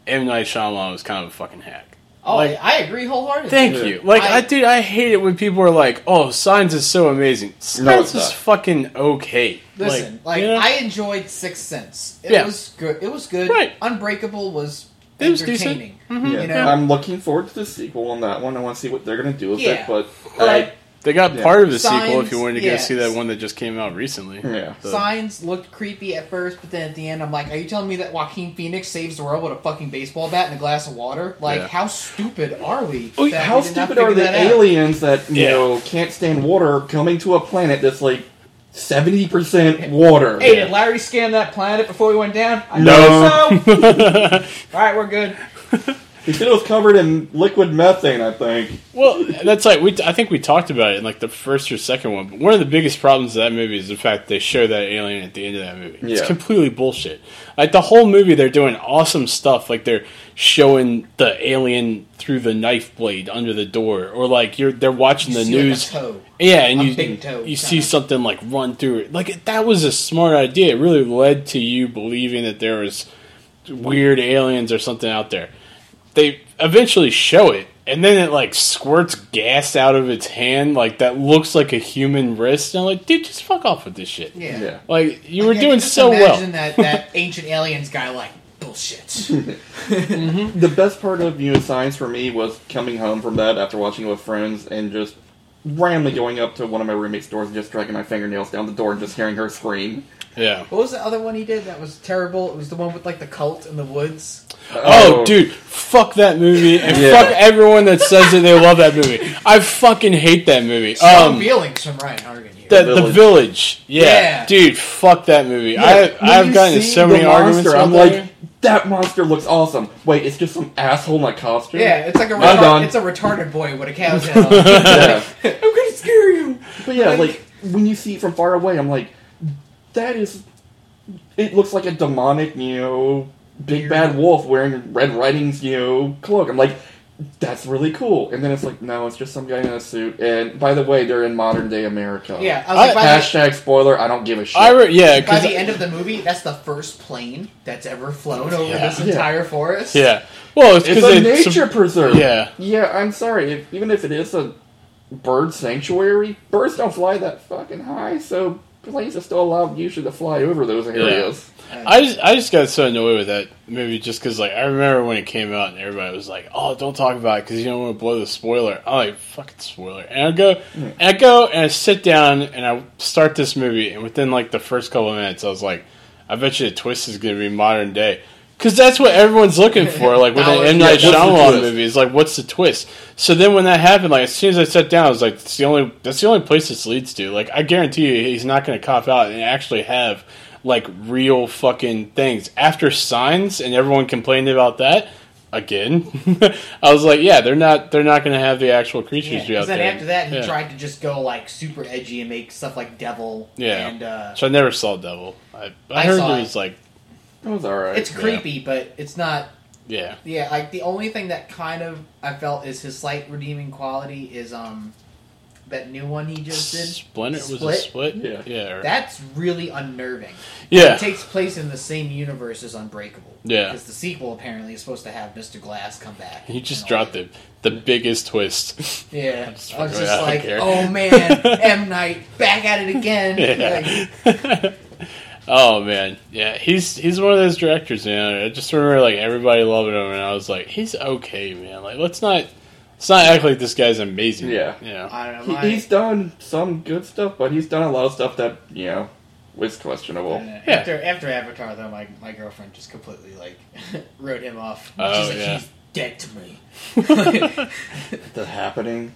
Speaker 1: M Night Shyamalan was kind of a fucking hack.
Speaker 2: Oh,
Speaker 1: Like-
Speaker 2: I, I agree wholeheartedly.
Speaker 1: Thank
Speaker 3: Yeah.
Speaker 1: you. Like I,
Speaker 2: I-
Speaker 1: dude, I hate it when people are like, "Oh, Signs is so amazing."
Speaker 3: No, it's
Speaker 1: Signs is
Speaker 3: not.
Speaker 1: fucking okay.
Speaker 2: Listen, like,
Speaker 1: you know?
Speaker 2: I enjoyed Sixth Sense. It
Speaker 1: Yeah.
Speaker 2: was good. It was good.
Speaker 1: Right.
Speaker 2: Unbreakable was
Speaker 1: It was decent. Mm-hmm.
Speaker 2: entertaining.
Speaker 3: Yeah.
Speaker 2: You know,
Speaker 3: I'm looking forward to the sequel on that one. I want to see what they're gonna do with
Speaker 2: Yeah.
Speaker 3: it, but
Speaker 2: Like,
Speaker 1: they got
Speaker 3: Yeah.
Speaker 1: part of the
Speaker 2: Signs,
Speaker 1: sequel if you wanted to go
Speaker 2: yeah.
Speaker 1: see that one that just came out recently.
Speaker 3: Yeah.
Speaker 1: So-
Speaker 2: Signs looked creepy at first, but then at the end, I'm like, are you telling me that Joaquin Phoenix saves the world with a fucking baseball bat and a glass of water? Like,
Speaker 1: Yeah.
Speaker 2: how stupid are we?
Speaker 3: Wait,
Speaker 2: that
Speaker 3: how
Speaker 2: we did not
Speaker 3: stupid are
Speaker 2: figure
Speaker 3: the
Speaker 2: that out?
Speaker 3: aliens that you
Speaker 1: Yeah.
Speaker 3: know can't stand water coming to a planet that's like seventy percent water?
Speaker 2: Hey, did Larry scan that planet before he went down? I
Speaker 3: No.
Speaker 2: think so. All right, we're good.
Speaker 3: He said it was covered in liquid methane. I think.
Speaker 1: Well, that's like we. I think we talked about it in like the first or second one. But one of the biggest problems of that movie is the fact they show that alien at the end of that movie. It's
Speaker 3: Yeah.
Speaker 1: completely bullshit. Like the whole movie, they're doing awesome stuff. Like they're showing the alien through the knife blade under the door, or like you're they're watching
Speaker 2: You
Speaker 1: the
Speaker 2: see, like, a
Speaker 1: news.
Speaker 2: toe.
Speaker 1: Yeah, and
Speaker 2: A
Speaker 1: you
Speaker 2: big toe,
Speaker 1: you
Speaker 2: kinda.
Speaker 1: see something like run through it. Like that was a smart idea. It really led to you believing that there was weird aliens or something out there. They eventually show it, and then it like squirts gas out of its hand, like that looks like a human wrist. And I'm like, dude, just fuck off with this shit.
Speaker 2: Yeah.
Speaker 3: Yeah.
Speaker 1: Like you were
Speaker 2: Yeah,
Speaker 1: doing
Speaker 2: just
Speaker 1: so well.
Speaker 2: Imagine that that ancient aliens guy like. "Bull, bullshit.
Speaker 3: The best part of Unit Science for me was coming home from that after watching it with friends and just randomly going up to one of my roommate's doors and just dragging my fingernails down the door and just hearing her scream.
Speaker 1: Yeah.
Speaker 3: Oh.
Speaker 2: What was the other one he did that was terrible? It was the one with like the cult in the woods.
Speaker 1: Oh,
Speaker 3: Uh,
Speaker 1: dude, fuck that movie and
Speaker 3: Yeah.
Speaker 1: fuck everyone that says that they love that movie. I fucking hate that movie.
Speaker 2: Strong
Speaker 1: Um,
Speaker 2: feelings from Ryan Hargan here.
Speaker 1: the,
Speaker 3: The
Speaker 1: the
Speaker 3: Village.
Speaker 1: village. Yeah.
Speaker 2: Yeah.
Speaker 1: dude, fuck that movie.
Speaker 3: Yeah, when
Speaker 1: I I've
Speaker 3: you
Speaker 1: gotten in
Speaker 3: see
Speaker 1: so
Speaker 3: the
Speaker 1: many arguments.
Speaker 3: monster,
Speaker 1: about
Speaker 3: I'm
Speaker 1: that
Speaker 3: like,
Speaker 1: movie.
Speaker 3: that monster looks awesome. Wait, it's just some asshole in a costume.
Speaker 2: yeah, it's like a
Speaker 3: I'm done.
Speaker 2: retard, it's a retarded boy with a cow's head on.
Speaker 3: Yeah.
Speaker 2: I'm gonna scare you.
Speaker 3: But yeah,
Speaker 2: Like-
Speaker 3: like when you see it from far away, I'm like, that is. It looks like a demonic, you know, big
Speaker 2: Weird.
Speaker 3: bad wolf wearing Red Riding's, you know, cloak. I'm like, that's really cool. And then it's like, no, it's just some guy in a suit. And by the way, they're in modern day America.
Speaker 2: Yeah, I was like,
Speaker 1: I-
Speaker 2: by,
Speaker 3: Hashtag spoiler. I don't give a shit.
Speaker 1: I re- yeah,
Speaker 2: the, by
Speaker 1: 'cause-
Speaker 2: the end of the movie, that's the first plane that's ever flown over
Speaker 1: Yeah.
Speaker 2: this
Speaker 3: Yeah.
Speaker 2: entire forest.
Speaker 1: yeah. Well, it's
Speaker 3: it's
Speaker 1: because
Speaker 3: a
Speaker 1: they
Speaker 3: nature preserve.
Speaker 1: yeah.
Speaker 3: Yeah, I'm sorry. If, even if it is a bird sanctuary, birds don't fly that fucking high. So planes are still allowed usually to fly over those areas.
Speaker 1: I just, I just got so annoyed with that movie just because like I remember when it came out and everybody was like, "Oh, don't talk about it because you don't want to blow the spoiler." I'm like, "Fucking spoiler!" And I go, and I go, and I sit down and I start this movie, and within like the first couple of minutes, I was like, "I bet you the twist is going to be modern day." Because that's what everyone's looking for, like with an
Speaker 2: Dollars.
Speaker 1: M Night
Speaker 3: Yeah, what's the
Speaker 1: Shyamalan
Speaker 3: twist?
Speaker 1: movie. It's like, what's the twist? So then, when that happened, like as soon as I sat down, I was like, "That's the only that's the only place this leads to." Like, I guarantee you, he's not going to cop out and actually have like real fucking things after Signs, and everyone complained about that again. I was like, "Yeah, they're not they're not going to have the actual creatures
Speaker 2: Yeah,
Speaker 1: be out
Speaker 2: then
Speaker 1: there."
Speaker 2: after that, he
Speaker 1: Yeah.
Speaker 2: tried to just go like super edgy and make stuff like Devil.
Speaker 1: Yeah.
Speaker 2: and uh,
Speaker 1: So I never saw Devil. I, I,
Speaker 2: I
Speaker 1: heard it
Speaker 2: saw it.
Speaker 1: was like,
Speaker 3: That was all right.
Speaker 2: it's creepy, but it's not.
Speaker 1: yeah,
Speaker 2: Yeah, like the only thing that kind of I felt is his slight redeeming quality is um that new one he just did.
Speaker 1: Splinter was a
Speaker 2: Split?
Speaker 1: split.
Speaker 3: Yeah.
Speaker 1: yeah, or-
Speaker 2: That's really unnerving.
Speaker 1: yeah.
Speaker 2: It takes place in the same universe as Unbreakable.
Speaker 1: Yeah.
Speaker 2: Because the sequel apparently is supposed to have Mr. Glass come back.
Speaker 1: He just
Speaker 2: and all
Speaker 1: dropped the the biggest twist.
Speaker 2: that. Yeah. I was
Speaker 1: just fucking
Speaker 2: just,
Speaker 1: around, I
Speaker 2: like,
Speaker 1: don't care.
Speaker 2: oh man, M. Night, back at it again. Like,
Speaker 1: Yeah. oh man, yeah. He's he's one of those directors, man. I just remember like everybody loving him, and I was like, he's okay, man. Like let's not let's not act like this guy's amazing.
Speaker 3: Yeah.
Speaker 1: yeah,
Speaker 2: I don't know.
Speaker 3: He,
Speaker 2: my-
Speaker 3: he's done some good stuff, but he's done a lot of stuff that you know was questionable.
Speaker 2: Yeah.
Speaker 1: Yeah.
Speaker 2: uh, After after Avatar, though, my, my girlfriend just completely like wrote him off. She's
Speaker 1: Oh,
Speaker 2: like,
Speaker 1: yeah.
Speaker 2: he's dead to me.
Speaker 3: The happening.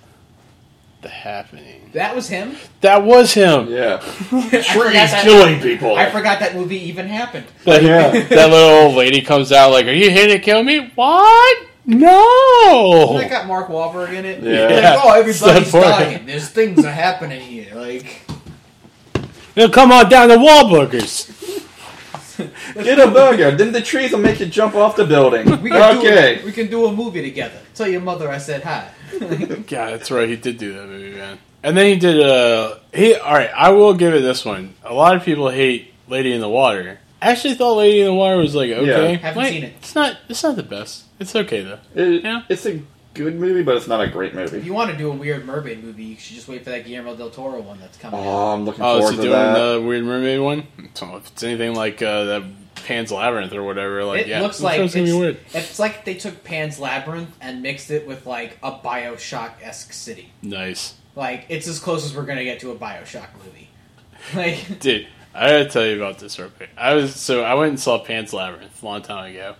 Speaker 1: the happening.
Speaker 2: that was him.
Speaker 1: That was him.
Speaker 3: Yeah.
Speaker 2: I forgot that-
Speaker 3: killing people.
Speaker 2: I forgot that movie even happened.
Speaker 1: That,
Speaker 3: Yeah.
Speaker 1: that little old lady comes out like, "Are you here to kill me? What? No."
Speaker 2: That got Mark Wahlberg in it.
Speaker 3: Yeah.
Speaker 2: Like, oh, everybody's
Speaker 1: It's that boring.
Speaker 2: dying. There's things are happening here. Like,
Speaker 1: Now come on down to Wahlburgers.
Speaker 3: Get a burger, then the trees will make you jump off the building.
Speaker 2: we can do
Speaker 3: okay.
Speaker 2: a, we can do a movie together. Tell your mother I said hi.
Speaker 1: Yeah, that's right. He did do that movie, man. And then he did uh he all right, I will give it this one. A lot of people hate Lady in the Water. I actually thought Lady in the Water was like okay.
Speaker 3: Yeah.
Speaker 2: Haven't
Speaker 1: Like,
Speaker 2: seen it.
Speaker 1: It's not it's not the best. It's okay though.
Speaker 3: It-
Speaker 1: Yeah.
Speaker 3: It's a good movie, but it's not a great
Speaker 2: if
Speaker 3: movie.
Speaker 2: you want to do a weird mermaid movie, you should just wait for that Guillermo del Toro one that's coming. out.
Speaker 3: Oh, I'm looking
Speaker 1: Oh, is
Speaker 3: forward
Speaker 1: he
Speaker 3: to
Speaker 1: doing
Speaker 3: that.
Speaker 1: the Weird Mermaid one? So if it's anything like uh, that Pan's Labyrinth or whatever, like
Speaker 2: it
Speaker 1: yeah,
Speaker 2: looks
Speaker 1: I'm
Speaker 2: like
Speaker 1: sure
Speaker 2: it's,
Speaker 1: it's gonna be weird.
Speaker 2: it's like they took Pan's Labyrinth and mixed it with like a Bioshock esque city.
Speaker 1: Nice,
Speaker 2: Like it's as close as we're gonna get to a Bioshock movie. Like
Speaker 1: dude. I gotta tell you about this real quick. I was so I went and saw Pan's Labyrinth a long time ago,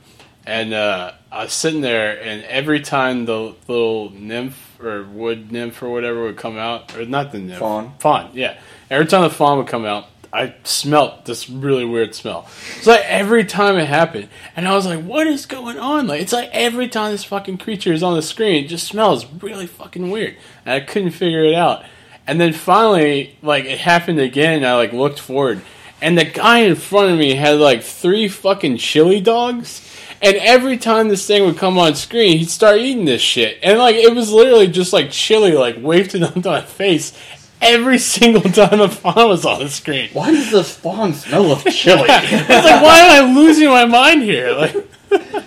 Speaker 1: and uh, I was sitting there, and every time the little nymph or wood nymph or whatever would come out, or not the nymph,
Speaker 3: Fawn.
Speaker 1: fawn, yeah. Every time the fawn would come out, I smelt this really weird smell. It's like every time it happened, and I was like, "What is going on?" Like it's like every time this fucking creature is on the screen, it just smells really fucking weird, and I couldn't figure it out. And then finally, like it happened again, and I like looked forward, and the guy in front of me had like three fucking chili dogs. And every time this thing would come on screen, he'd start eating this shit. And like it was literally just like chili like wafted onto my face every single time the fawn was on the screen.
Speaker 3: Why does this fawn smell of chili?
Speaker 1: It's like why am I losing my mind here? Like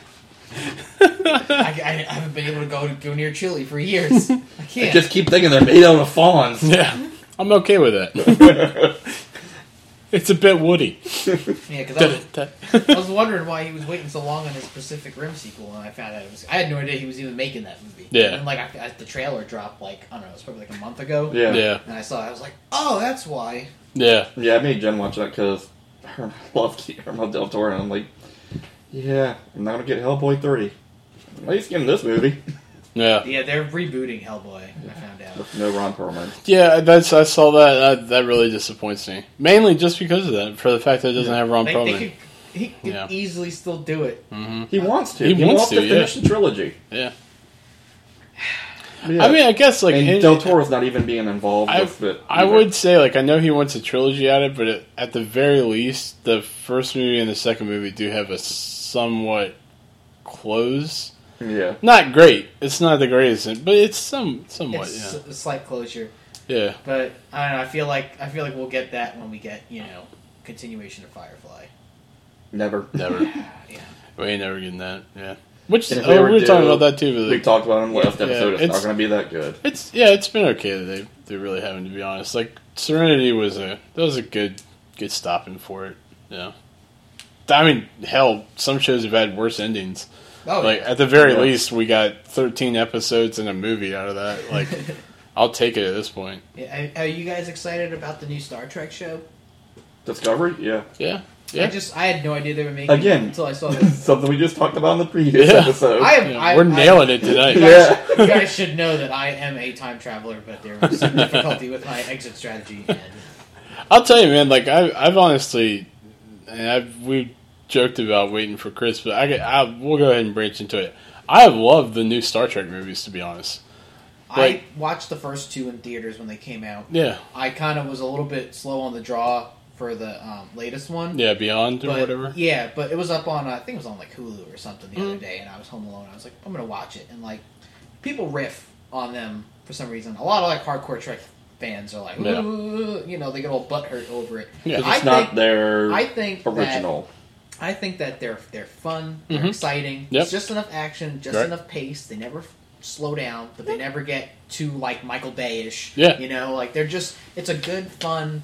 Speaker 2: I, I, I haven't been able to go to go near Chile for years. I
Speaker 3: I
Speaker 2: can't.
Speaker 3: just keep thinking they're made out of fawns.
Speaker 1: Yeah. I'm okay with that. It's a bit Woody.
Speaker 2: Yeah, because I, was- I
Speaker 1: yeah,
Speaker 2: was wondering why he was waiting so long on his Pacific Rim sequel, and I found out it was. I had no idea he was even making that movie.
Speaker 1: Yeah.
Speaker 2: And like I, I, the trailer dropped, like I don't know, it was probably like a month ago.
Speaker 3: Yeah.
Speaker 2: And I saw, it, I was like, oh, that's why.
Speaker 1: yeah.
Speaker 3: Yeah, I made Jen watch that because I love Guillermo del Toro, and I'm like, yeah, I'm not gonna get Hellboy 3. At least get in this movie.
Speaker 1: Yeah,
Speaker 2: Yeah, they're rebooting Hellboy. I found out.
Speaker 3: With no Ron Perlman.
Speaker 1: yeah. That's I saw that. that. That really disappoints me. Mainly just because of that, for the fact that it doesn't have Ron
Speaker 2: They, they
Speaker 1: Perlman.
Speaker 2: could, he could
Speaker 1: Yeah.
Speaker 2: easily still do it.
Speaker 1: hmm
Speaker 3: He wants to.
Speaker 1: He wants to,
Speaker 3: to finish the trilogy.
Speaker 1: Yeah.
Speaker 3: Yeah.
Speaker 1: I mean, I guess like
Speaker 3: and
Speaker 1: in-
Speaker 3: Del Toro's not even being involved
Speaker 1: I-
Speaker 3: with it.
Speaker 1: I
Speaker 3: either.
Speaker 1: would say, like, I know he wants a trilogy at it, but it, at the very least, the first movie and the second movie do have a somewhat close.
Speaker 3: Yeah.
Speaker 1: Not great. It's not the greatest, but it's some somewhat.
Speaker 2: It's a slight closure,
Speaker 1: yeah, yeah,
Speaker 2: but I don't know. I feel like I feel like we'll get that when we get you know continuation of Firefly.
Speaker 3: Never.
Speaker 1: never.
Speaker 2: Yeah.
Speaker 1: we ain't never getting that. Yeah, which
Speaker 3: And if
Speaker 1: oh,
Speaker 3: we
Speaker 1: we
Speaker 3: ever
Speaker 1: were talking
Speaker 3: do,
Speaker 1: about that too. But
Speaker 3: we
Speaker 1: like,
Speaker 3: talked about it in the last
Speaker 1: Yeah,
Speaker 3: episode. It's,
Speaker 1: it's-
Speaker 3: not gonna be that good.
Speaker 1: it's yeah, it's been okay. That they they really haven't, to be honest. Like Serenity was a that was a good good stopping for it. Yeah, I mean, hell, some shows have had worse endings.
Speaker 2: Oh,
Speaker 1: Like at the very
Speaker 3: Yeah.
Speaker 1: least, we got 13 episodes and a movie out of that. Like, I'll take it at this point.
Speaker 2: yeah. Are, are you guys excited about the new Star Trek show?
Speaker 3: Discovery? Yeah.
Speaker 1: Yeah,
Speaker 2: I
Speaker 1: yeah,
Speaker 2: just I had no idea they were making
Speaker 3: Again.
Speaker 2: it until I saw this.
Speaker 3: Something we just talked about in the previous
Speaker 1: Yeah.
Speaker 3: episode.
Speaker 2: I am.
Speaker 1: Yeah,
Speaker 2: I,
Speaker 1: we're
Speaker 2: I-
Speaker 1: nailing it tonight.
Speaker 2: You guys,
Speaker 3: Yeah.
Speaker 2: you guys should know that I am a time traveler, but there was some difficulty with my exit strategy. And
Speaker 1: I'll tell you, man. Like, I, I've honestly, and I've we joked about waiting for Chris, but I, get- I we'll go ahead and branch into it. I love the new Star Trek movies, to be honest. Like-
Speaker 2: I watched the first two in theaters when they came out.
Speaker 1: Yeah,
Speaker 2: I kind of was a little bit slow on the draw for the um, latest one.
Speaker 1: yeah, Beyond or
Speaker 2: but,
Speaker 1: whatever. Mm-hmm.
Speaker 2: Yeah, but it was up on uh, I think it was on like Hulu or something the other day, and I was home alone. I was like, I'm gonna watch it, and like people riff on them for some reason. A lot of like hardcore Trek fans are like,
Speaker 1: Yeah.
Speaker 2: "Ooh," you know, they get all butthurt over it.
Speaker 1: Yeah.
Speaker 3: 'Cause
Speaker 1: I
Speaker 3: it's not
Speaker 2: think,
Speaker 3: their
Speaker 2: I think That,
Speaker 3: original.
Speaker 2: I think that they're they're fun, they're
Speaker 1: Mhm.
Speaker 2: exciting.
Speaker 1: Yep.
Speaker 2: It's just enough action, just
Speaker 1: Right.
Speaker 2: enough pace. They never f- slow down, but they never get too like Michael Bay ish.
Speaker 1: Yeah.
Speaker 2: you know, like they're just it's a good fun,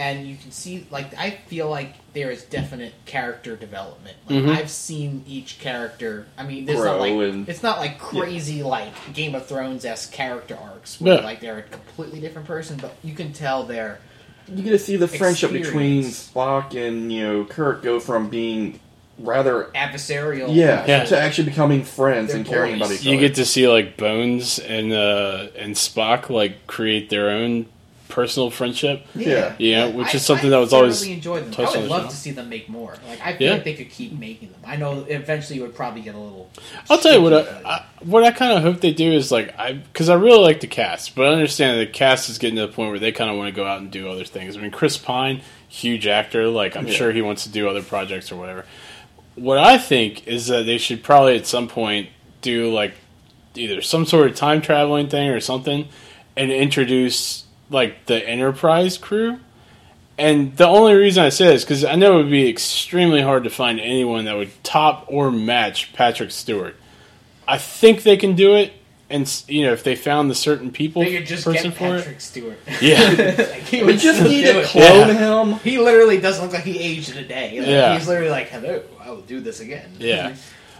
Speaker 2: and you can see like I feel like there is definite character development. Like
Speaker 1: Mhm.
Speaker 2: I've seen each character. I mean, there's
Speaker 3: Grow
Speaker 2: not like
Speaker 3: and-
Speaker 2: it's not like crazy like Game of Thrones esque character arcs where
Speaker 1: Yeah.
Speaker 2: like they're a completely different person, but you can tell they're
Speaker 3: You get to see the friendship between
Speaker 2: Experience.
Speaker 3: Spock and you know Kirk go from being rather
Speaker 2: adversarial.
Speaker 3: yeah,
Speaker 1: Yeah.
Speaker 3: to actually becoming friends
Speaker 2: They're
Speaker 3: and caring about
Speaker 2: boys.
Speaker 3: each
Speaker 1: You
Speaker 3: other.
Speaker 1: get to see like Bones and uh, and Spock like create their own personal friendship.
Speaker 3: Yeah.
Speaker 1: Yeah,
Speaker 2: Like,
Speaker 1: which
Speaker 2: I-
Speaker 1: is something
Speaker 2: I
Speaker 1: that was always
Speaker 2: thoroughly enjoyed them.
Speaker 1: touched
Speaker 2: I
Speaker 1: on
Speaker 2: would
Speaker 1: as
Speaker 2: love
Speaker 1: well.
Speaker 2: to see them make more. Like I feel
Speaker 1: Yeah.
Speaker 2: like they could keep making them. I know eventually it would probably get a little.
Speaker 1: I'll tell you what uh,
Speaker 2: stupid,
Speaker 1: I, I what I kind of hope they do is like I because I really like the cast, but I understand the cast is getting to the point where they kind of want to go out and do other things. I mean, Chris Pine, huge actor, like I'm
Speaker 3: Yeah.
Speaker 1: sure he wants to do other projects or whatever. What I think is that they should probably at some point do like either some sort of time traveling thing or something, and introduce like the Enterprise crew. And the only reason I say this because I know it would be extremely hard to find anyone that would top or match Patrick Stewart. I think they can do it, and s- you know if they found the certain people
Speaker 2: They could just
Speaker 1: person
Speaker 2: get
Speaker 1: for
Speaker 2: Patrick Stewart.
Speaker 1: it, yeah,
Speaker 2: Like, he
Speaker 3: we
Speaker 2: would
Speaker 3: just
Speaker 2: still
Speaker 3: need
Speaker 2: do
Speaker 3: to
Speaker 2: it.
Speaker 3: clone him.
Speaker 2: He literally doesn't look like he aged in a day. Like,
Speaker 1: Yeah.
Speaker 2: he's literally like, "Hello, I will do this again."
Speaker 1: yeah,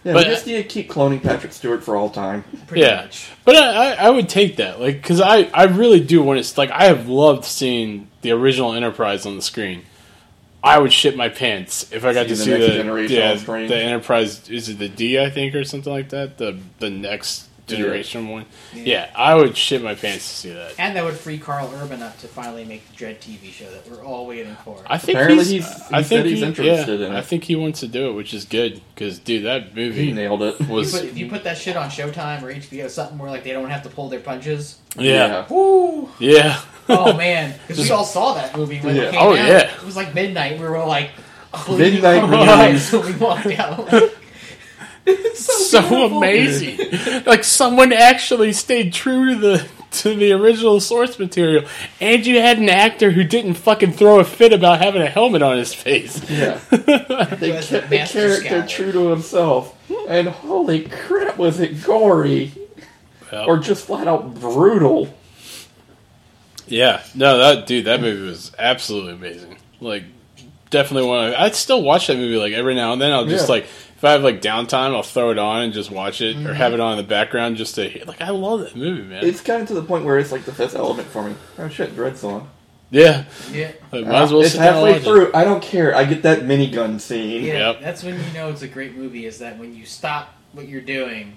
Speaker 3: Yeah,
Speaker 1: But-
Speaker 3: we just need to keep cloning Patrick Stewart for all time.
Speaker 2: pretty
Speaker 1: yeah.
Speaker 2: much.
Speaker 1: But I, I, I would take that, like, because I, I really do want to. Like, I have loved seeing the original Enterprise on the screen. I would shit my pants if I got
Speaker 3: See
Speaker 1: to
Speaker 3: the
Speaker 1: see
Speaker 3: next
Speaker 1: the
Speaker 3: generation
Speaker 1: yeah,
Speaker 3: on screen.
Speaker 1: the Enterprise. Is it the D I think or something like that? The the next generation one.
Speaker 2: Yeah.
Speaker 1: Yeah. I would shit my pants to see that.
Speaker 2: And that would free Carl Urban up to finally make the Dread TV show that we're all waiting for.
Speaker 1: I think
Speaker 3: Apparently
Speaker 1: he's,
Speaker 3: he's-
Speaker 1: I
Speaker 3: he
Speaker 1: think
Speaker 3: said he's
Speaker 1: he-
Speaker 3: interested
Speaker 1: yeah,
Speaker 3: in it.
Speaker 1: I think he wants to do it, which is good because dude, that
Speaker 3: He
Speaker 1: movie
Speaker 3: nailed it.
Speaker 2: If
Speaker 1: was
Speaker 2: you put- if you put that shit on Showtime or HBO, something where like they don't have to pull their punches.
Speaker 1: yeah
Speaker 2: Woo!
Speaker 1: yeah.
Speaker 2: Oh man, because we
Speaker 1: Just-
Speaker 2: all saw that movie when
Speaker 3: Yeah.
Speaker 2: it came
Speaker 1: Oh,
Speaker 2: out.
Speaker 1: yeah.
Speaker 2: It was like midnight. We were all like, oh,
Speaker 3: Midnight
Speaker 2: we-
Speaker 3: release.
Speaker 2: So we walked out. Like, it's so,
Speaker 1: so
Speaker 2: beautiful.
Speaker 1: amazing. like someone actually stayed true to the to the original source material, and you had an actor who didn't fucking throw a fit about having a helmet on his face.
Speaker 3: Yeah. They
Speaker 2: was
Speaker 3: kept
Speaker 2: the
Speaker 3: the
Speaker 2: master
Speaker 3: character
Speaker 2: scowler.
Speaker 3: true to himself. And holy crap, was it gory.
Speaker 1: Well,
Speaker 3: Or just flat out brutal.
Speaker 1: yeah, no, that dude, that movie was absolutely amazing. Like, definitely want to. I'd still watch that movie like every now and then. I'll just
Speaker 3: Yeah.
Speaker 1: like
Speaker 3: Mm-hmm.
Speaker 1: if I have like downtime, I'll throw it on and just watch it or have it on in the background just to hear- like. I love that movie, man.
Speaker 3: It's gotten to the point where it's like the fifth element for me. Oh shit, Dread's on.
Speaker 1: yeah,
Speaker 2: Yeah.
Speaker 1: like, might as well
Speaker 3: it's
Speaker 1: sit down and
Speaker 3: halfway
Speaker 1: watch it.
Speaker 3: through. I don't care. I get that minigun scene.
Speaker 2: Yeah,
Speaker 1: Yep.
Speaker 2: that's when you know it's a great movie. Is that when you stop what you're doing,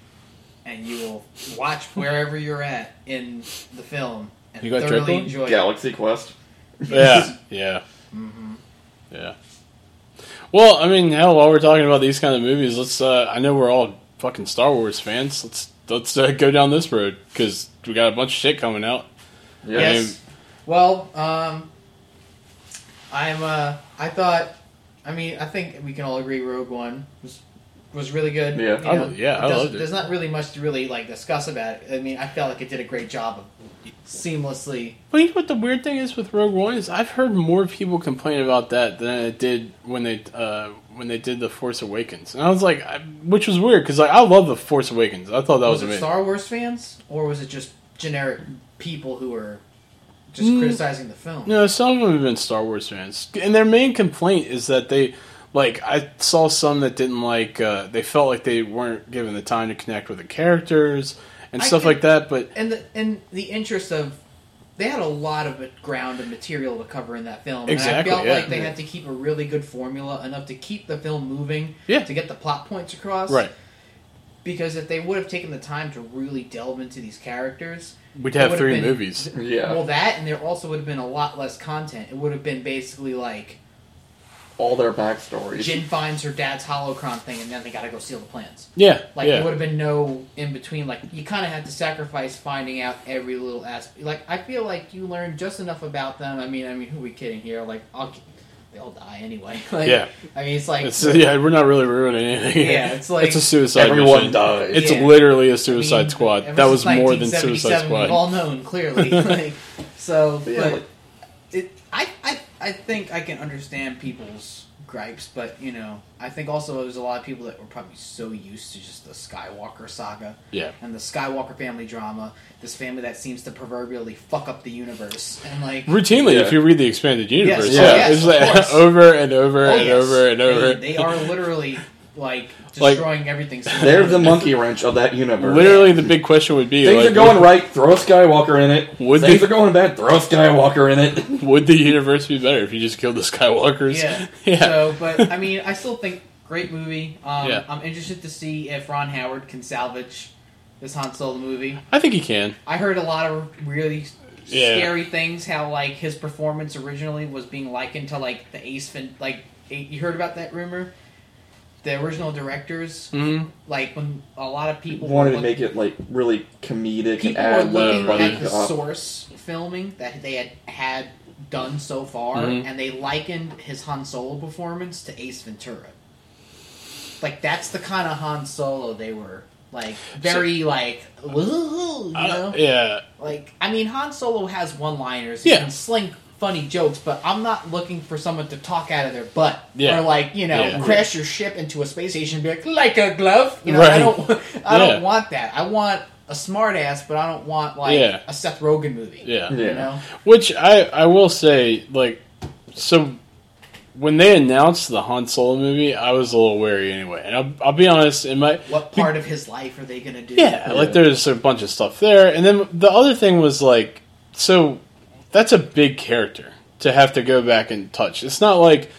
Speaker 2: and you will watch wherever you're at in the film and
Speaker 1: You got
Speaker 2: thoroughly
Speaker 1: Draco?
Speaker 2: enjoy it.
Speaker 3: Galaxy Quest.
Speaker 1: Yeah, yeah,
Speaker 2: Mm-hmm.
Speaker 1: yeah. Well, I mean, hell, while we're talking about these kind of movies, let's. Uh, I know we're all fucking Star Wars fans. Let's let's uh, go down this road because we got a bunch of shit coming out.
Speaker 3: Yeah.
Speaker 2: Yes. Well, um, I'm. Uh, I thought. I mean, I think we can all agree Rogue One was was really good.
Speaker 3: Yeah.
Speaker 2: you
Speaker 1: I-
Speaker 2: know,
Speaker 1: yeah, I
Speaker 2: doesn't-
Speaker 1: loved it.
Speaker 2: There's not really much to really like discuss about it. I mean, I felt like it did a great job of seamlessly.
Speaker 1: Well, you know what the weird thing is with Rogue One is I've heard more people complain about that than I did when they uh, when they did the Force Awakens, and I was like, I, which was weird because like I love the Force Awakens. I thought that was,
Speaker 2: was it
Speaker 1: amazing.
Speaker 2: Star Wars fans or was it just generic people who were just
Speaker 1: Mm.
Speaker 2: criticizing the film?
Speaker 1: No, some of them have been Star Wars fans, and their main complaint is that they like. I saw some that didn't like. Uh, they felt like they weren't given the time to connect with the characters and
Speaker 2: I
Speaker 1: stuff
Speaker 2: can-
Speaker 1: like that. But
Speaker 2: And the and the interest of they had a lot of ground and material to cover in that film.
Speaker 1: Exactly,
Speaker 2: And I felt
Speaker 1: yeah.
Speaker 2: like they had to keep a really good formula enough to keep the film moving
Speaker 1: Yeah.
Speaker 2: to get the plot points across.
Speaker 1: right,
Speaker 2: Because if they would have taken the time to really delve into these characters,
Speaker 1: we'd
Speaker 2: it
Speaker 1: have
Speaker 2: would
Speaker 1: three
Speaker 2: been-
Speaker 1: movies.
Speaker 3: Yeah.
Speaker 2: Well, that and there also would have been a lot less content. It would have been basically like
Speaker 3: All their backstories.
Speaker 2: Jin finds her dad's holocron thing, and then they got to go steal the plans.
Speaker 1: Yeah,
Speaker 2: Like
Speaker 1: yeah.
Speaker 2: there would have been no in between. Like you kind of had to sacrifice finding out every little aspect. Like I feel like you learned just enough about them. I mean, I mean, who are we kidding here? Like I'll, they all die anyway. Like,
Speaker 1: Yeah.
Speaker 2: I mean, it's like
Speaker 1: It's, yeah, we're not really ruining anything.
Speaker 2: Yeah, it's like-
Speaker 1: it's a suicide.
Speaker 3: Everyone
Speaker 1: mission.
Speaker 3: dies.
Speaker 1: It's
Speaker 2: Yeah.
Speaker 1: literally a
Speaker 2: I mean,
Speaker 1: Suicide Squad.
Speaker 2: ever
Speaker 1: That was
Speaker 2: since
Speaker 1: more than Suicide
Speaker 2: 1977,
Speaker 1: Squad.
Speaker 2: We've all known clearly. like, so,
Speaker 3: Yeah,
Speaker 2: but
Speaker 3: like-
Speaker 2: it, I, I, I think I can understand people's gripes, but you know, I think also there was a lot of people that were probably so used to just the Skywalker saga
Speaker 1: yeah,
Speaker 2: and the Skywalker family drama, this family that seems to proverbially fuck up the universe, and like.
Speaker 1: routinely,
Speaker 3: Yeah.
Speaker 1: if you read the expanded universe,
Speaker 2: Yes,
Speaker 1: yeah,
Speaker 3: oh, yes,
Speaker 1: it's
Speaker 2: of
Speaker 1: like
Speaker 2: course.
Speaker 1: over and over
Speaker 2: oh,
Speaker 1: and
Speaker 2: yes,
Speaker 1: over and over.
Speaker 2: They, they are literally like
Speaker 1: Like-
Speaker 2: destroying everything.
Speaker 3: They're the monkey wrench of that universe.
Speaker 1: Literally, the big question would be:
Speaker 3: Things
Speaker 1: like,
Speaker 3: are going right, throw a Skywalker in it.
Speaker 1: Would
Speaker 3: Things
Speaker 1: they-
Speaker 3: are going bad, throw a Skywalker in it.
Speaker 1: Would the universe be better if you just killed the Skywalkers?
Speaker 2: Yeah.
Speaker 1: yeah.
Speaker 2: So, but I mean, I still think great movie. Um,
Speaker 1: Yeah.
Speaker 2: I'm interested to see if Ron Howard can salvage this Han Solo movie.
Speaker 1: I think he can.
Speaker 2: I heard a lot of really
Speaker 1: Yeah.
Speaker 2: scary things. How like his performance originally was being likened to like the Ace Fin. Like eh, you heard about that rumor. The original directors,
Speaker 1: Mm-hmm.
Speaker 2: like when a lot of people
Speaker 3: Wanted
Speaker 2: were
Speaker 3: to
Speaker 2: look-
Speaker 3: make it like really comedic and
Speaker 2: people were
Speaker 3: add
Speaker 2: looking
Speaker 1: buddy
Speaker 2: at
Speaker 3: buddy
Speaker 2: the
Speaker 3: up.
Speaker 2: source filming that they had had done so far,
Speaker 1: Mhm.
Speaker 2: and they likened his Han Solo performance to Ace Ventura. Like that's the kind of Han Solo they were like very like woo, you know
Speaker 1: Uh, yeah.
Speaker 2: like I mean Han Solo has one liners
Speaker 1: Yeah.
Speaker 2: he can sling funny jokes but I'm not looking for someone to talk out of their butt
Speaker 1: Yeah.
Speaker 2: or like you know
Speaker 1: Yeah.
Speaker 2: crash your ship into a space station and be like like a glove you know
Speaker 1: Right.
Speaker 2: I don't
Speaker 1: Yeah.
Speaker 2: I don't want that I want a smart ass but I don't want like
Speaker 1: Yeah.
Speaker 2: a Seth Rogen movie
Speaker 1: Yeah.
Speaker 2: you
Speaker 3: Yeah.
Speaker 2: know
Speaker 1: Which I I will say like so when they announced the Han Solo movie, I was a little wary anyway, and I'll, I'll be honest. In my
Speaker 2: what part of his life are they gonna do
Speaker 1: yeah, like there's a bunch of stuff there, and then the other thing was like so that's a big character to have to go back and touch. It's not like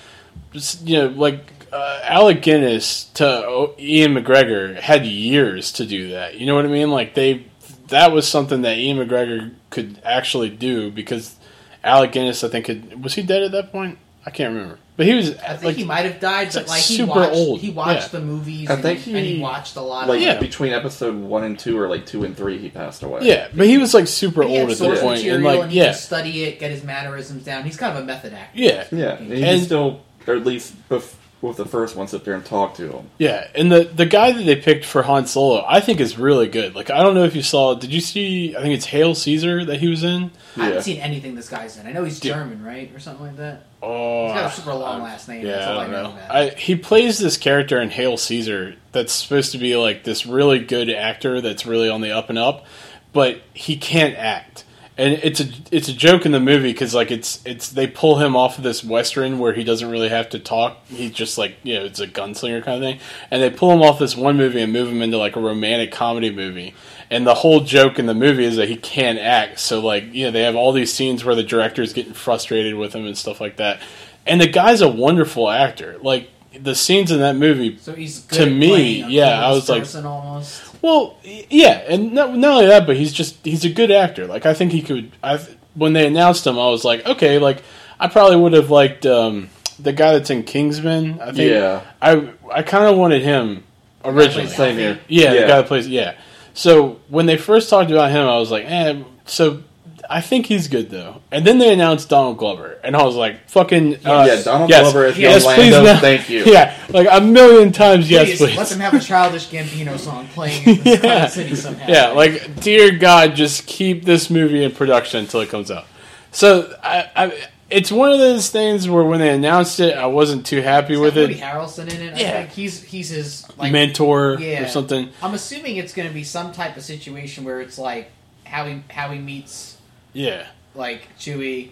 Speaker 1: just, you know like. Uh, Alec Guinness to O- Ian McGregor had years to do that. You know what I mean? Like they, that was something that Ian McGregor could actually do because Alec Guinness, I think, had, was he dead at that point? I can't remember, but he was.
Speaker 2: I think
Speaker 1: like,
Speaker 2: he might have died but
Speaker 1: like
Speaker 2: like he
Speaker 1: super
Speaker 2: watched
Speaker 1: old.
Speaker 2: he watched
Speaker 1: Yeah.
Speaker 2: the movies
Speaker 3: I
Speaker 2: and,
Speaker 3: think
Speaker 2: he, and he
Speaker 3: he-
Speaker 2: watched a lot
Speaker 3: Like
Speaker 2: of
Speaker 1: Yeah.
Speaker 3: between episode one and two, or like two and three, he passed away.
Speaker 1: Yeah, but he was like super
Speaker 2: But he had
Speaker 1: old at
Speaker 2: source
Speaker 1: that point,
Speaker 2: material
Speaker 1: and like
Speaker 2: he
Speaker 1: yeah,
Speaker 2: could study it, get his mannerisms down. He's kind of a method actor.
Speaker 1: yeah,
Speaker 3: yeah. And you
Speaker 1: And-
Speaker 3: can still, or at least bef- with the first one, sit there and talk to him.
Speaker 1: Yeah, and the the guy that they picked for Han Solo, I think is really good. Like I don't know if you saw, did you see? I think it's Hail Caesar that he was in.
Speaker 2: I
Speaker 3: Yeah.
Speaker 2: haven't seen anything this guy's in. I know he's
Speaker 1: Dude.
Speaker 2: German, right, or something like that.
Speaker 1: Oh,
Speaker 2: He's got a super long
Speaker 1: I-
Speaker 2: last name. that's
Speaker 1: Yeah,
Speaker 2: all
Speaker 1: I
Speaker 2: I
Speaker 1: don't
Speaker 2: know.
Speaker 1: know.
Speaker 2: about it.
Speaker 1: I, he plays this character in Hail Caesar that's supposed to be like this really good actor that's really on the up and up, but he can't act. and it's a it's a joke in the movie because like it's it's they pull him off of this western where he doesn't really have to talk. He's just like you know it's a gunslinger kind of thing, and they pull him off this one movie and move him into like a romantic comedy movie. And the whole joke in the movie is that he can't act. So like you know they have all these scenes where the director's getting frustrated with him and stuff like that. And the guy's a wonderful actor. Like the scenes in that movie
Speaker 2: So he's good
Speaker 1: To
Speaker 2: at
Speaker 1: me,
Speaker 2: playing a
Speaker 1: yeah, I
Speaker 2: famous
Speaker 1: was like-
Speaker 2: person almost.
Speaker 1: well, y- yeah, and not, not only that, but he's just he's a good actor. Like I think he could. I when they announced him, I was like, okay, like I probably would have liked um, the guy that's in Kingsman. I think
Speaker 3: Yeah.
Speaker 1: I I kind of wanted him originally.
Speaker 2: plays
Speaker 3: Same here.
Speaker 1: Yeah, the guy that plays. Yeah. So when they first talked about him, I was like, eh. So I think he's good though. And then they announced Donald Glover, and I was like, fucking uh,
Speaker 3: yeah, Donald
Speaker 1: yes,
Speaker 3: Glover is
Speaker 1: yes,
Speaker 3: yes,
Speaker 1: please,
Speaker 3: Orlando.
Speaker 1: no.
Speaker 3: Thank you.
Speaker 1: Yeah, like a million times, yes,
Speaker 2: Please,
Speaker 1: please.
Speaker 2: Let them have a childish Gambino song playing in
Speaker 1: Yeah.
Speaker 2: the yeah. city somehow.
Speaker 1: Yeah, like dear God, just keep this movie in production until it comes out. So I, I, it's one of those things where when they announced it, I wasn't too happy
Speaker 2: It's
Speaker 1: with
Speaker 2: got Woody
Speaker 1: it.
Speaker 2: Harrelson in it.
Speaker 1: Yeah.
Speaker 2: I think he's he's his like.
Speaker 1: Mentor
Speaker 2: Yeah.
Speaker 1: or something.
Speaker 2: I'm assuming it's going to be some type of situation where it's like how he how he meets
Speaker 1: Yeah,
Speaker 2: like Chewie.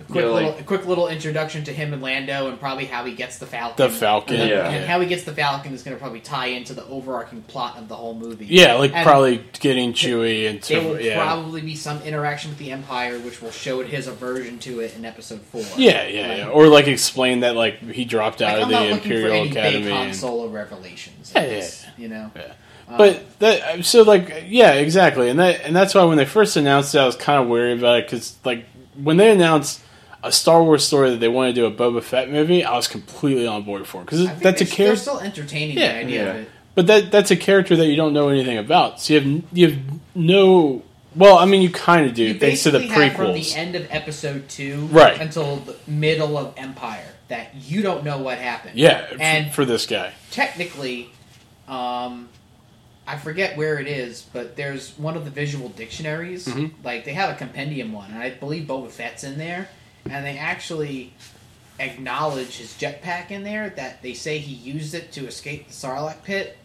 Speaker 2: A quick,
Speaker 3: Yeah, like-
Speaker 2: little, a quick little introduction to him and Lando, and probably how he gets the Falcon.
Speaker 1: the Falcon.
Speaker 3: Yeah.
Speaker 2: And
Speaker 1: Yeah,
Speaker 2: how he gets the Falcon is going to probably tie into the overarching plot of the whole movie.
Speaker 1: Yeah, like
Speaker 2: And
Speaker 1: probably getting Chewy and
Speaker 2: There will
Speaker 1: yeah.
Speaker 2: probably be some interaction with the Empire, which will show it his aversion to it in Episode Four.
Speaker 1: yeah, yeah, yeah, or like explain that like he dropped out
Speaker 2: Like,
Speaker 1: of
Speaker 2: I'm not
Speaker 1: the
Speaker 2: looking for
Speaker 1: Imperial
Speaker 2: any
Speaker 1: Academy.
Speaker 2: big Han
Speaker 1: and-
Speaker 2: Solo revelations.
Speaker 1: Yeah,
Speaker 2: in this, You know,
Speaker 1: Yeah.
Speaker 2: Um,
Speaker 1: But that so like yeah exactly and that and that's why when they first announced it I was kind of wary about it because like when they announced a Star Wars story that they want to do a Boba Fett movie I was completely on board for because
Speaker 2: I think
Speaker 1: that's a
Speaker 2: they- They're
Speaker 1: character
Speaker 2: still entertaining
Speaker 1: Yeah.
Speaker 2: the idea of
Speaker 3: Yeah.
Speaker 2: it.
Speaker 1: but that that's a character that you don't know anything about so you have n- you have no well I mean you kind of do
Speaker 2: You
Speaker 1: thanks to the
Speaker 2: basically have from
Speaker 1: prequels
Speaker 2: the end of Episode Two,
Speaker 1: Right.
Speaker 2: until the middle of Empire, that you don't know what happened.
Speaker 1: yeah f-
Speaker 2: and
Speaker 1: for this guy
Speaker 2: technically, um, I forget where it is, but there's one of the visual dictionaries.
Speaker 1: Mhm.
Speaker 3: Mm-hmm.
Speaker 2: Like they have a compendium one, and I believe Boba Fett's in there, and they actually acknowledge his jetpack in there. That they say he used it to escape the Sarlacc pit.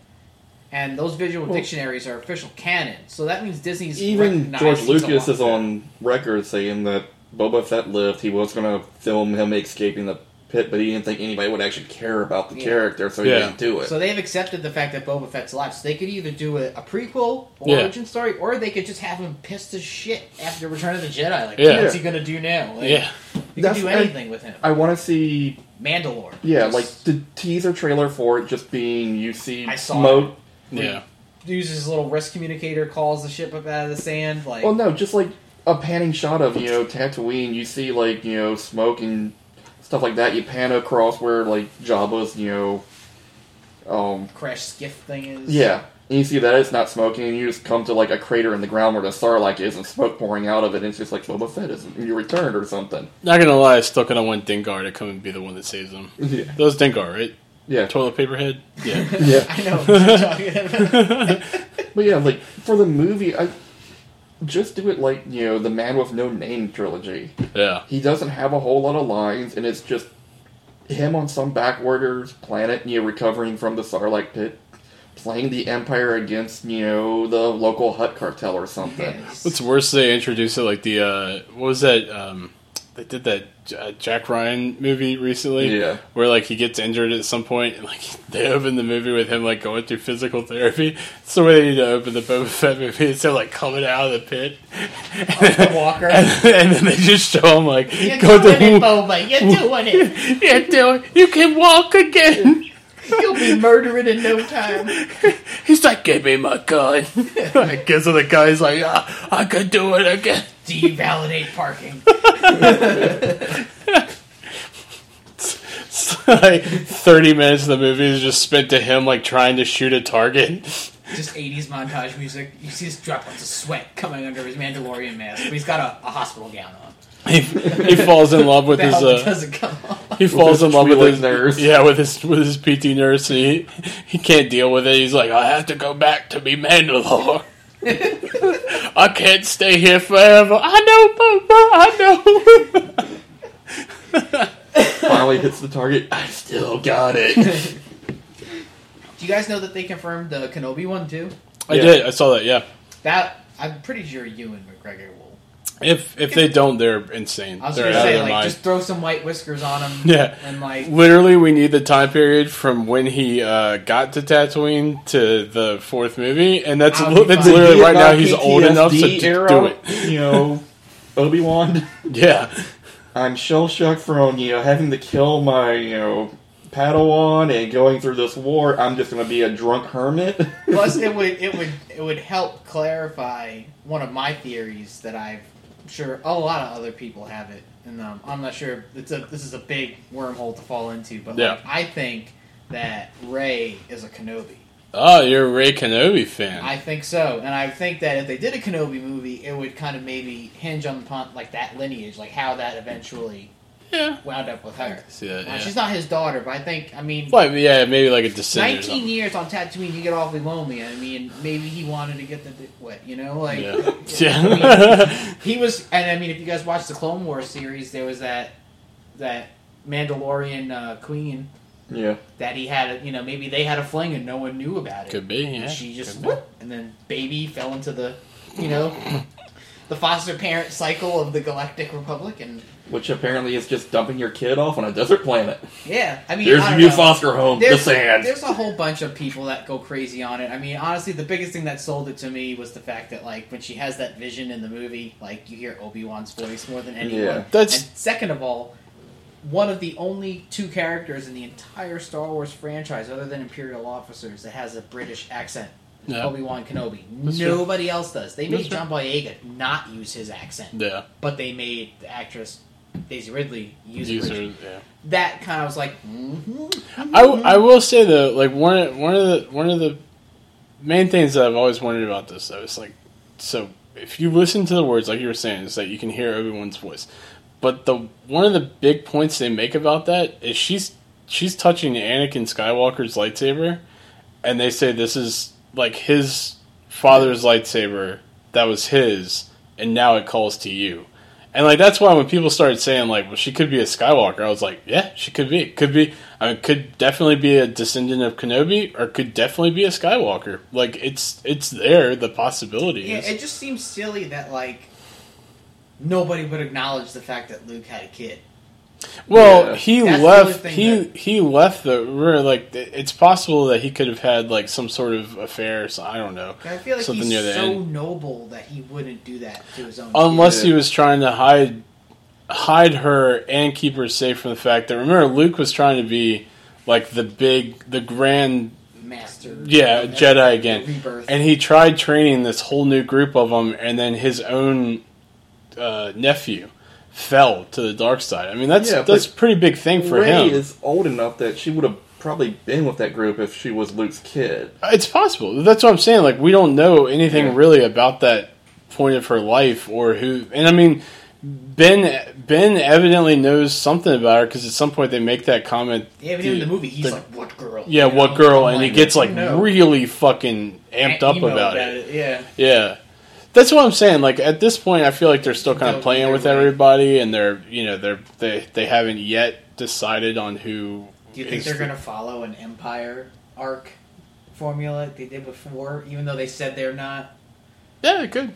Speaker 2: And those visual
Speaker 1: Well-
Speaker 2: dictionaries are official canon, so that means Disney's
Speaker 3: Even
Speaker 2: recognized
Speaker 3: George
Speaker 2: he's
Speaker 3: Lucas
Speaker 2: alive.
Speaker 3: is on record saying that Boba Fett lived. He was going to film him escaping the pit, but he didn't think anybody would actually care about the
Speaker 2: Yeah.
Speaker 3: character, so he
Speaker 1: Yeah.
Speaker 3: didn't do it.
Speaker 2: So they've accepted the fact that Boba Fett's alive. So they could either do a, a prequel or
Speaker 1: Yeah.
Speaker 2: origin story, or they could just have him pissed as shit after Return of the Jedi. Like,
Speaker 1: Yeah.
Speaker 2: what's he gonna do now? Like,
Speaker 1: yeah
Speaker 2: you can
Speaker 3: That's-
Speaker 2: do anything with him.
Speaker 3: I want to see,
Speaker 2: Mandalore.
Speaker 3: yeah,
Speaker 2: Just
Speaker 3: like the teaser trailer for it just being UC
Speaker 2: I saw
Speaker 3: mode.
Speaker 1: yeah
Speaker 2: uses his little wrist communicator, calls the ship up out of the sand. Like,
Speaker 3: Well, no, just like a panning shot of you know Tatooine. You see like you know smoke and stuff like that. You pan across where like Jabba's you know, um,
Speaker 2: crash skiff thing is.
Speaker 3: yeah. And you see that it's not smoking, and you just come to like a crater in the ground where the Sarlacc is, and smoke pouring out of it. And it's just like Boba Fett is you returned or something.
Speaker 1: not gonna lie I still kind of want Dengar to come and be the one that saves him
Speaker 3: Yeah,
Speaker 1: that was Dengar right
Speaker 3: yeah,
Speaker 1: toilet paper head yeah
Speaker 3: yeah.
Speaker 2: I know. What you're talking about.
Speaker 3: But yeah, like for the movie, I just do it like you know the Man with No Name trilogy.
Speaker 1: yeah
Speaker 3: He doesn't have a whole lot of lines, and it's just him on some backwaters planet, you know, recovering from the Sarlacc pit, playing the Empire against, you know, the local Hut cartel or something.
Speaker 2: Yes.
Speaker 1: What's worse, they introduced it like the uh, what was that? Um, they did that uh, Jack Ryan movie recently,
Speaker 3: Yeah.
Speaker 1: where like he gets injured at some point, and like they open the movie with him like going through physical therapy. It's the way they need to open the Boba Fett movie. It's him like coming out of the pit,
Speaker 2: the walker.
Speaker 1: and, and then they just show him like
Speaker 2: You're
Speaker 1: go
Speaker 2: doing it,
Speaker 1: through.
Speaker 2: Boba. You're doing it.
Speaker 1: Yeah, Dylan, you can walk again.
Speaker 2: You'll be murdering in no time.
Speaker 1: He's like, give me my gun. I guess the guy's like, ah, I could do it again.
Speaker 2: Devalidate parking.
Speaker 1: It's like 30 minutes of the movie is just spent to him like trying to shoot a target.
Speaker 2: just 80s montage music. You see this droplets of sweat coming under his Mandalorian mask, but he's got a, a hospital gown on.
Speaker 1: He, he falls in love with
Speaker 2: The
Speaker 1: his
Speaker 2: helmet
Speaker 1: uh,
Speaker 2: doesn't come off.
Speaker 1: he falls
Speaker 3: his
Speaker 1: in love with
Speaker 3: Twi'lek
Speaker 1: his
Speaker 3: nurse.
Speaker 1: yeah with his with his PT nurse and he he can't deal with it. He's like I have to go back to be Mandalore. I can't stay here forever. I know, Boba. I know.
Speaker 3: Finally hits the target. I still got it.
Speaker 2: Do you guys know that they confirmed the Kenobi one too?
Speaker 1: I
Speaker 3: Yeah.
Speaker 1: did. I saw that. Yeah.
Speaker 2: That I'm pretty sure you and McGregor will
Speaker 1: If if they don't, they're insane.
Speaker 2: I was
Speaker 1: they're
Speaker 2: gonna
Speaker 1: out of
Speaker 2: say
Speaker 1: their
Speaker 2: like
Speaker 1: mind.
Speaker 2: just throw some white whiskers on him.
Speaker 1: Yeah.
Speaker 2: and like
Speaker 1: Literally, we need the time period from when he uh, got to Tatooine to the fourth movie, and that's
Speaker 2: I'll be
Speaker 1: that's
Speaker 2: fine.
Speaker 1: literally right now
Speaker 3: Vietnam
Speaker 1: he's old
Speaker 3: PTSD
Speaker 1: enough to d-
Speaker 3: era,
Speaker 1: do it.
Speaker 3: You know, Obi Wan.
Speaker 1: Yeah,
Speaker 3: I'm shell shocked from you know having to kill my you know Padawan and going through this war. I'm just gonna be a drunk hermit.
Speaker 2: plus it would it would it would help clarify one of my theories that I've I'm sure a lot of other people have it, and um, I'm not sure if it's a this is a big wormhole to fall into, but
Speaker 1: Yeah.
Speaker 2: like, I think that Ray is a Kenobi.
Speaker 1: oh, you're a Ray Kenobi fan.
Speaker 2: I think so, and I think that if they did a Kenobi movie, it would kind of maybe hinge on upon like that lineage, like how that eventually
Speaker 1: yeah,
Speaker 2: wound up with her.
Speaker 1: see that.
Speaker 2: Now,
Speaker 1: Yeah.
Speaker 2: she's not his daughter, but I think I mean,
Speaker 1: But yeah, maybe like a descendant. Or
Speaker 2: nineteen
Speaker 1: something.
Speaker 2: years on Tatooine, you get awfully lonely. I mean, maybe he wanted to get the dick wet, you know, like
Speaker 1: Yeah,
Speaker 2: I mean,
Speaker 1: yeah.
Speaker 2: he was, and I mean, if you guys watch the Clone Wars series, there was that that Mandalorian uh, queen
Speaker 3: yeah,
Speaker 2: that he had, you know, maybe they had a fling and no one knew about it.
Speaker 1: could be. Yeah,
Speaker 2: And she just
Speaker 1: Could be.
Speaker 2: whoop, and then baby fell into the, you know, the foster parent cycle of the Galactic Republic, and
Speaker 3: which apparently is just dumping your kid off on a desert planet.
Speaker 2: yeah, I mean,
Speaker 3: Here's your
Speaker 2: I don't
Speaker 3: new
Speaker 2: know.
Speaker 3: foster home, the sand.
Speaker 2: There's a whole bunch of people that go crazy on it. I mean, honestly, the biggest thing that sold it to me was the fact that, like, when she has that vision in the movie, like, you hear Obi Wan's voice more than anyone.
Speaker 3: Yeah.
Speaker 1: That's-
Speaker 2: And second of all, one of the only two characters in the entire Star Wars franchise, other than Imperial officers, that has a British accent.
Speaker 1: Yeah.
Speaker 2: Obi Wan Kenobi.
Speaker 1: That's true.
Speaker 2: Nobody else does. They made
Speaker 1: That's true.
Speaker 2: John Boyega not use his accent,
Speaker 1: yeah.
Speaker 2: but they made the actress Daisy Ridley use it.
Speaker 1: Users, yeah.
Speaker 2: That kind of was like, hmm
Speaker 1: I, I will say though, like one one of the one of the main things that I've always wondered about this though is like, so if you listen to the words like you were saying, it's like you can hear Obi Wan's voice, but the one of the big points they make about that is she's she's touching Anakin Skywalker's lightsaber, and they say this is like his father's lightsaber that was his, and now it calls to you. And like that's why when people started saying like, well, she could be a Skywalker, I was like, yeah, she could be. Could be. I mean, could definitely be a descendant of Kenobi, or could definitely be a Skywalker. Like it's it's there. The possibility
Speaker 2: Yeah,
Speaker 1: is.
Speaker 2: it just seems silly that like nobody would acknowledge the fact that Luke had a kid.
Speaker 1: well,
Speaker 3: Yeah.
Speaker 1: he
Speaker 2: That's the
Speaker 1: left.
Speaker 2: only thing
Speaker 1: He he left the we're, like. th- It's possible that he could have had like some sort of affair. or So I don't know.
Speaker 2: I feel like
Speaker 1: Something
Speaker 2: he's
Speaker 1: near the
Speaker 2: so
Speaker 1: end.
Speaker 2: noble that he wouldn't do that to his own.
Speaker 1: Unless
Speaker 3: Yeah.
Speaker 1: he was trying to hide hide her and keep her safe from the fact that remember Luke was trying to be like the big the grand
Speaker 2: kid. master.
Speaker 1: Yeah,
Speaker 2: That's
Speaker 1: Jedi again.
Speaker 2: Rebirth.
Speaker 1: And he tried training this whole new group of them, and then his own uh, nephew fell to the dark side. I mean, that's
Speaker 3: Yeah,
Speaker 1: that's a pretty big thing for
Speaker 3: Ray
Speaker 1: him.
Speaker 3: is old enough that she would have probably been with that group if she was Luke's kid.
Speaker 1: It's possible. That's what I'm saying. Like, we don't know anything
Speaker 3: Yeah.
Speaker 1: really about that point of her life or who. And I mean, Ben Ben evidently knows something about her because at some point they make that comment.
Speaker 2: yeah, but even in
Speaker 1: dude,
Speaker 2: the movie, he's
Speaker 1: the-
Speaker 2: like, "What girl?"
Speaker 1: yeah,
Speaker 2: You know?
Speaker 1: what girl?
Speaker 2: I'm
Speaker 1: and he gets like
Speaker 2: no.
Speaker 1: really fucking amped up
Speaker 2: Emo
Speaker 1: about it.
Speaker 2: Yeah,
Speaker 1: Yeah. That's what I'm saying. Like at this point, I feel like they're still kind
Speaker 2: They'll
Speaker 1: of playing
Speaker 2: either
Speaker 1: with
Speaker 2: way.
Speaker 1: everybody, and they're you know they're they they haven't yet decided on who.
Speaker 2: do you think
Speaker 1: is-
Speaker 2: they're gonna follow an Empire arc formula they did before? Even though they said they're not.
Speaker 1: Yeah, they could.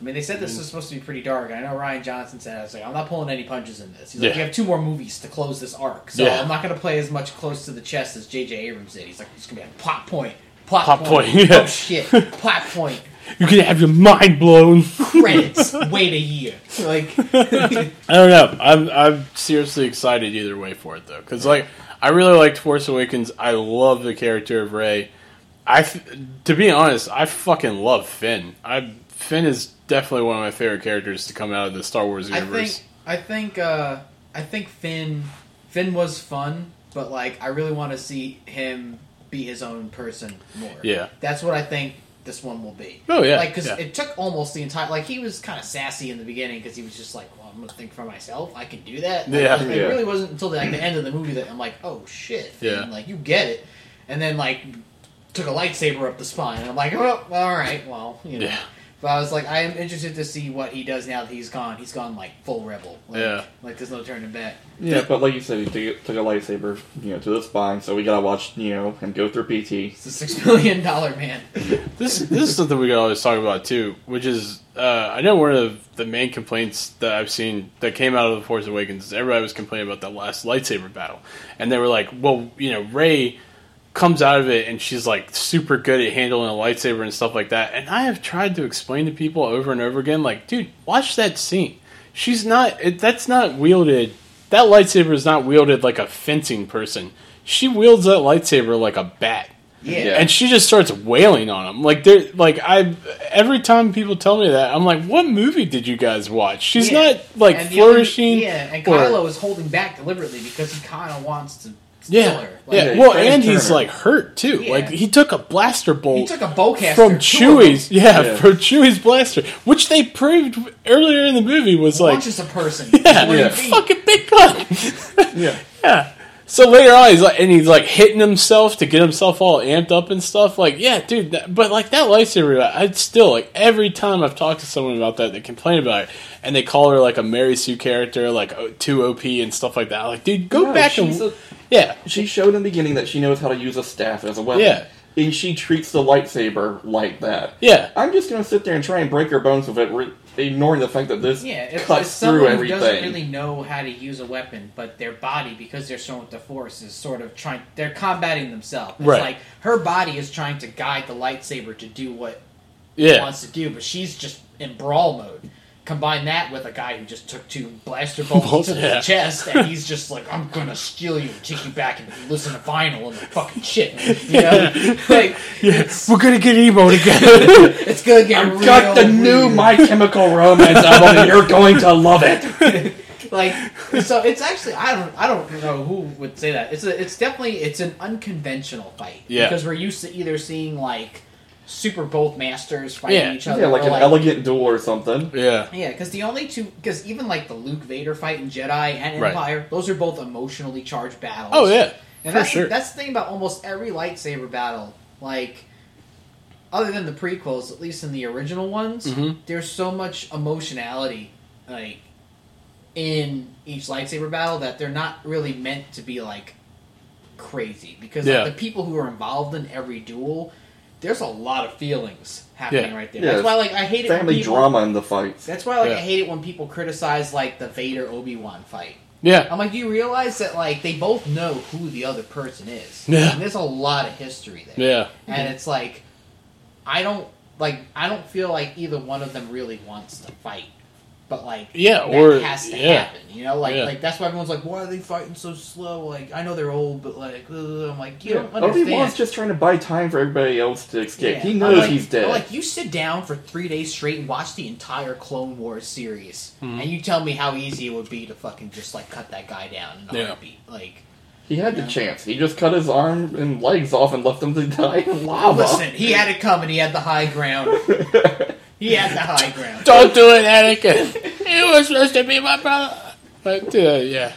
Speaker 2: I mean, they said
Speaker 1: Mm.
Speaker 2: this was supposed to be pretty dark. and I know Ryan Johnson said, "I was like, I'm not pulling any punches in this." He's like,
Speaker 1: Yeah.
Speaker 2: "You have two more movies to close this arc, so
Speaker 1: Yeah.
Speaker 2: I'm not going to play as much close to the chest as J.J. Abrams did." He's like, "It's going to be a plot point, plot,
Speaker 1: Plot
Speaker 2: point,
Speaker 1: point, yeah.
Speaker 2: oh shit, plot point,
Speaker 1: You could have your mind blown.
Speaker 2: credits, wait a year." Like,
Speaker 1: I don't know. I'm I'm seriously excited either way for it though, because like I really liked Force Awakens. I love the character of Rey. I f- to be honest, I fucking love Finn. I Finn is definitely one of my favorite characters to come out of the Star Wars
Speaker 2: I
Speaker 1: universe.
Speaker 2: think, I think, uh, I think Finn, Finn was fun, but like, I really want to see him be his own person more.
Speaker 1: Yeah.
Speaker 2: that's what I think this one will be.
Speaker 1: oh yeah,
Speaker 2: like because
Speaker 1: yeah.
Speaker 2: it took almost the entire like he was kind of sassy in the beginning because he was just like well i'm gonna think for myself i can do that Like,
Speaker 1: Yeah.
Speaker 2: it
Speaker 3: Yeah.
Speaker 2: really wasn't until like the end of the movie that i'm like oh shit
Speaker 1: Yeah.
Speaker 2: and, like you get it and then like took a lightsaber up the spine and i'm like oh all right well you know
Speaker 1: Yeah.
Speaker 2: But I was like, I am interested to see what he does now that he's gone. He's gone like full rebel. Like,
Speaker 1: Yeah.
Speaker 2: Like there's no turning back.
Speaker 3: Yeah, but like you said, he took, took a lightsaber, you know, to the spine. So we gotta watch, you know, him go through PT.
Speaker 2: It's the six million dollar man.
Speaker 1: This this is something we could always talk about too, which is uh, I know one of the main complaints that I've seen that came out of the Force Awakens is everybody was complaining about that last lightsaber battle, and they were like, well, you know, Ray comes out of it and she's like super good at handling a lightsaber and stuff like that, and I have tried to explain to people over and over again, like, dude, watch that scene. She's not. It, that's not wielded. That lightsaber is not wielded like a fencing person. She wields that lightsaber like a bat
Speaker 2: Yeah.
Speaker 3: Yeah.
Speaker 1: and she just starts wailing on him. Like they're like I every time people tell me that, I'm like, what movie did you guys watch? She's
Speaker 2: Yeah.
Speaker 1: not like
Speaker 2: And the other-
Speaker 1: flourishing.
Speaker 2: yeah, and
Speaker 1: or-
Speaker 2: Kylo is holding back deliberately because he kind of wants to steal
Speaker 1: yeah,
Speaker 2: her.
Speaker 1: yeah.
Speaker 3: Yeah,
Speaker 1: Well,
Speaker 3: Frank
Speaker 1: and he's
Speaker 3: Turner.
Speaker 1: like hurt too.
Speaker 2: Yeah.
Speaker 1: Like he took a blaster bolt.
Speaker 2: He took a bowcaster
Speaker 1: from
Speaker 2: two of them.
Speaker 1: Chewie's, yeah,
Speaker 3: Yeah.
Speaker 1: from Chewie's blaster, which they proved earlier in the movie was like,
Speaker 2: punches a person.
Speaker 1: yeah,
Speaker 2: Three
Speaker 3: Yeah.
Speaker 2: feet.
Speaker 1: fucking big gun.
Speaker 3: Yeah.
Speaker 1: Yeah. So later on, he's like, and he's like hitting himself to get himself all amped up and stuff. Like, yeah, dude. That, but like that lightsaber, I'd still like every time I've talked to someone about that, they complain about it, and they call her like a Mary Sue character, like o- too OP and stuff like that. I'm like, dude, go
Speaker 3: No,
Speaker 1: back and
Speaker 3: she's a-
Speaker 1: yeah,
Speaker 3: She showed in the beginning that she knows how to use a staff as a weapon.
Speaker 1: Yeah.
Speaker 3: And she treats the lightsaber like that.
Speaker 1: yeah,
Speaker 3: I'm just gonna sit there and try and break her bones with it, re- ignoring the fact that this
Speaker 2: Yeah, if, if
Speaker 3: cuts
Speaker 2: someone
Speaker 3: through
Speaker 2: who doesn't
Speaker 3: everything.
Speaker 2: really know how to use a weapon, but their body, because they're strong with the force, is sort of trying. They're combating themselves. It's
Speaker 1: Right.
Speaker 2: like her body is trying to guide the lightsaber to do what it
Speaker 1: yeah,
Speaker 2: wants to do, but she's just in brawl mode. Combine that with a guy who just took two blaster bolts
Speaker 1: Bolts,
Speaker 2: to the
Speaker 1: yeah.
Speaker 2: chest, and he's just like, "I'm gonna steal you and take you back and listen to vinyl and the fucking shit." You know, like it's,
Speaker 1: We're gonna get emo together.
Speaker 2: it's gonna get
Speaker 3: I've
Speaker 2: real.
Speaker 3: got the new
Speaker 2: weird.
Speaker 3: My Chemical Romance album, and you're going to love it.
Speaker 2: like so it's actually i don't i don't know who would say that it's a, it's definitely it's an unconventional fight
Speaker 1: Yeah.
Speaker 2: because we're used to either seeing like super both masters fighting
Speaker 1: Yeah.
Speaker 2: each other
Speaker 3: Yeah, like
Speaker 2: or,
Speaker 3: an elegant duel or something.
Speaker 1: yeah,
Speaker 2: yeah because the only two because even like the luke vader fight in jedi and
Speaker 1: Right.
Speaker 2: empire those are both emotionally charged battles
Speaker 1: oh yeah, for
Speaker 2: and that's,
Speaker 1: sure.
Speaker 2: the, that's the thing about almost every lightsaber battle. Like, other than the prequels, at least in the original ones,
Speaker 1: Mhm.
Speaker 2: there's so much emotionality, like, in each lightsaber battle that they're not really meant to be, like, crazy. Because like,
Speaker 1: Yeah.
Speaker 2: the people who are involved in every duel, there's a lot of feelings happening
Speaker 1: Yeah.
Speaker 2: right there.
Speaker 3: Yeah,
Speaker 2: That's why, like, I hate it when
Speaker 3: Family
Speaker 2: people-
Speaker 3: drama in the fights.
Speaker 2: That's why, like,
Speaker 1: Yeah.
Speaker 2: I hate it when people criticize, like, the Vader Obi-Wan fight.
Speaker 1: yeah,
Speaker 2: I'm like, do you realize that like they both know who the other person is?
Speaker 1: Yeah.
Speaker 2: And there's a lot of history there.
Speaker 1: yeah,
Speaker 2: And it's like I don't like I don't feel like either one of them really wants to fight. But like
Speaker 1: Yeah,
Speaker 2: that
Speaker 1: or-
Speaker 2: has to
Speaker 1: yeah.
Speaker 2: happen. You know, like
Speaker 1: Yeah.
Speaker 2: like that's why everyone's like, Why are they fighting so slow? Like I know they're old, but like ugh. I'm like, you
Speaker 3: Yeah,
Speaker 2: don't understand.
Speaker 3: Obi Wan's just trying to buy time for everybody else to escape.
Speaker 2: Yeah.
Speaker 3: He
Speaker 2: I'm
Speaker 3: knows
Speaker 2: like-
Speaker 3: he's dead.
Speaker 2: I'm like you sit down for three days straight and watch the entire Clone Wars series,
Speaker 1: Hmm.
Speaker 2: and you tell me how easy it would be to fucking just like cut that guy down in a
Speaker 1: Yeah.
Speaker 2: heartbeat. Like,
Speaker 3: he had the chance. He just cut his arm and legs off and left him to die in lava.
Speaker 2: Listen, he had it coming. He had the high ground. He had the high ground.
Speaker 1: don't do it, Anakin. it was supposed to be my brother. uh, Like, dude, yeah,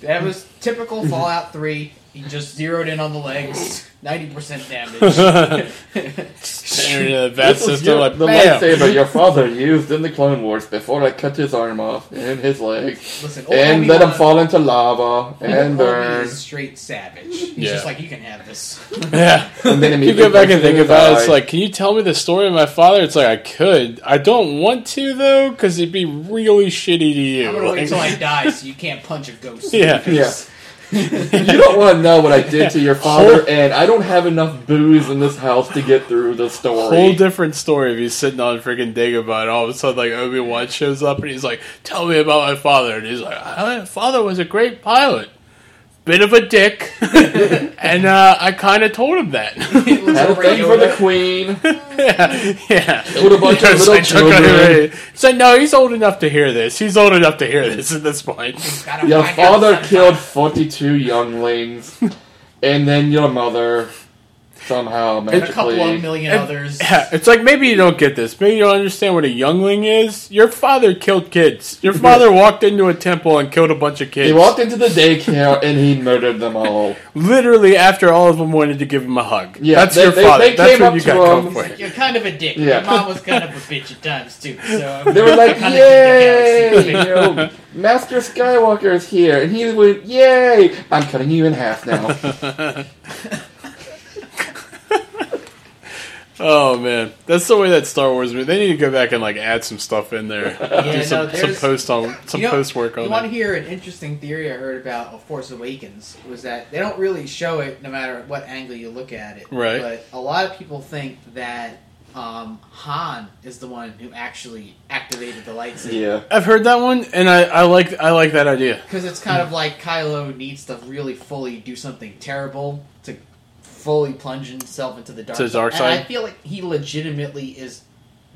Speaker 2: That was typical Fallout 3. He just zeroed in on the legs. 90% damage.
Speaker 1: Staring at the bat
Speaker 3: this was
Speaker 1: system,
Speaker 3: your-
Speaker 1: like,
Speaker 3: the
Speaker 1: bam.
Speaker 3: lightsaber your father used in the Clone Wars before I cut his arm off and his legs
Speaker 2: Listen, old
Speaker 3: and let him
Speaker 2: Obi-Wan-
Speaker 3: fall into lava and
Speaker 2: old Obi
Speaker 3: burn.
Speaker 2: is straight savage. He's
Speaker 1: Yeah.
Speaker 2: just like, you can have this.
Speaker 1: Yeah.
Speaker 3: And then
Speaker 1: You
Speaker 3: immediately
Speaker 1: go back and
Speaker 3: puts it
Speaker 1: think
Speaker 3: in
Speaker 1: about it,
Speaker 3: his
Speaker 1: it's
Speaker 3: eye.
Speaker 1: like, can you tell me the story of my father? It's like, I could. I don't want to, though, because it'd be really shitty to you.
Speaker 2: I'm gonna wait
Speaker 1: Like,
Speaker 2: until I die so you can't punch a ghost.
Speaker 1: Yeah.
Speaker 3: Yeah. you don't want to know what I did to your father, and I don't have enough booze in this house to get through the story.
Speaker 1: Whole different story if he's sitting on freaking Dagobah and all of a sudden like Obi Wan shows up and he's like, "Tell me about my father." And he's like, "My father was a great pilot, bit of a dick, and uh, I kind of told him that."
Speaker 2: It was
Speaker 3: Had a
Speaker 2: over
Speaker 3: thing for the
Speaker 2: Yoda.
Speaker 3: queen.
Speaker 1: yeah, yeah.
Speaker 3: Killed a bunch of
Speaker 1: Yes,
Speaker 3: little
Speaker 1: I took
Speaker 3: children.
Speaker 1: it away. It's like, no, he's old enough to hear this. He's old enough to hear this at this point.
Speaker 2: Gotta
Speaker 3: Your
Speaker 2: find out
Speaker 3: father
Speaker 2: sometime.
Speaker 3: killed 42 younglings, and then your mother. somehow
Speaker 2: and a couple of
Speaker 3: magically.
Speaker 2: million
Speaker 1: And-
Speaker 2: others.
Speaker 1: Yeah, it's like maybe you don't get this. Maybe you don't understand what a youngling is. Your father killed kids. Your father walked into a temple and killed a bunch of kids.
Speaker 3: He walked into the daycare and he murdered them all.
Speaker 1: Literally after all of them wanted to give him a hug.
Speaker 3: Yeah,
Speaker 1: that's
Speaker 3: they-
Speaker 1: your
Speaker 3: they-
Speaker 1: father.
Speaker 3: they
Speaker 1: that's
Speaker 3: came
Speaker 1: what
Speaker 3: up
Speaker 1: you
Speaker 3: to
Speaker 1: got going
Speaker 3: him.
Speaker 1: for you.
Speaker 2: You're kind of a dick.
Speaker 3: Yeah.
Speaker 2: Your mom was kind of a bitch at times too. So
Speaker 3: They were like,
Speaker 2: Kind of a dick
Speaker 3: "Yay,
Speaker 2: at
Speaker 3: you
Speaker 2: times.
Speaker 3: know, Master Skywalker is here!" And he went, "Yay! I'm cutting you in half now."
Speaker 1: Oh man, that's the way that Star Wars. Movie. They need to go back and like add some stuff in there. Do some,
Speaker 2: no,
Speaker 1: some
Speaker 2: there's-
Speaker 1: post on some
Speaker 2: You know,
Speaker 1: post work
Speaker 2: You
Speaker 1: on
Speaker 2: want to
Speaker 1: it.
Speaker 2: hear an interesting theory I heard about of Force Awakens was that they don't really show it no matter what angle you look at it.
Speaker 1: Right.
Speaker 2: But a lot of people think that um, Han is the one who actually activated the lightsaber.
Speaker 3: yeah,
Speaker 1: I've heard that one, and I, I like I like that idea.
Speaker 2: Because it's kind of like Kylo needs to really fully do something terrible to fully plunge himself into the dark
Speaker 1: To the dark
Speaker 2: And I
Speaker 1: side?
Speaker 2: feel like he legitimately is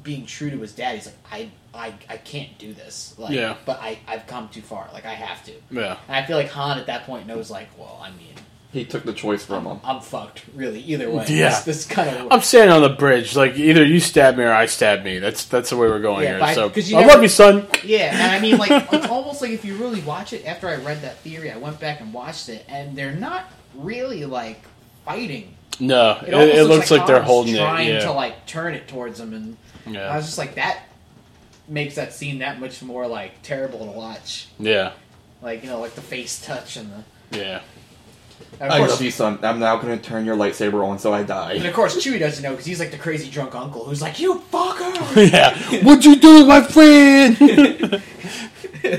Speaker 2: being true to his dad. He's like, I, I, I can't do this. Like,
Speaker 1: Yeah.
Speaker 2: But I, I've come too far. Like, I have to.
Speaker 1: Yeah,
Speaker 2: And I feel like Han at that point knows, like, well, I mean,
Speaker 3: he took the choice from him.
Speaker 2: I'm fucked, really. Either way,
Speaker 1: Yeah.
Speaker 2: this, this kind of
Speaker 1: I'm standing on the bridge. Like either you stab me or I stab me. That's that's the way we're going
Speaker 2: Yeah,
Speaker 1: here.
Speaker 2: but I-
Speaker 1: so
Speaker 2: 'cause you
Speaker 1: I
Speaker 2: never-
Speaker 1: love you, son.
Speaker 2: yeah. And I mean, like, it's almost like if you really watch it. After I read that theory, I went back and watched it, and they're not really like fighting.
Speaker 1: No, it,
Speaker 2: almost
Speaker 1: it, looks like, they're
Speaker 2: Han's
Speaker 1: holding it.
Speaker 2: trying
Speaker 1: Yeah,
Speaker 2: to like turn it towards them, and I
Speaker 1: yeah,
Speaker 2: was just like, that makes that scene that much more like terrible to watch.
Speaker 1: yeah,
Speaker 2: Like you know, like the face touch and the.
Speaker 1: yeah.
Speaker 2: And
Speaker 3: I
Speaker 2: of
Speaker 3: love
Speaker 2: course,
Speaker 3: you, son. I'm now going to turn your lightsaber on so I
Speaker 2: and
Speaker 3: die.
Speaker 2: of course, Chewie doesn't know because he's like the crazy drunk uncle who's like, "You fucker."
Speaker 1: yeah. What'd you do with my friend?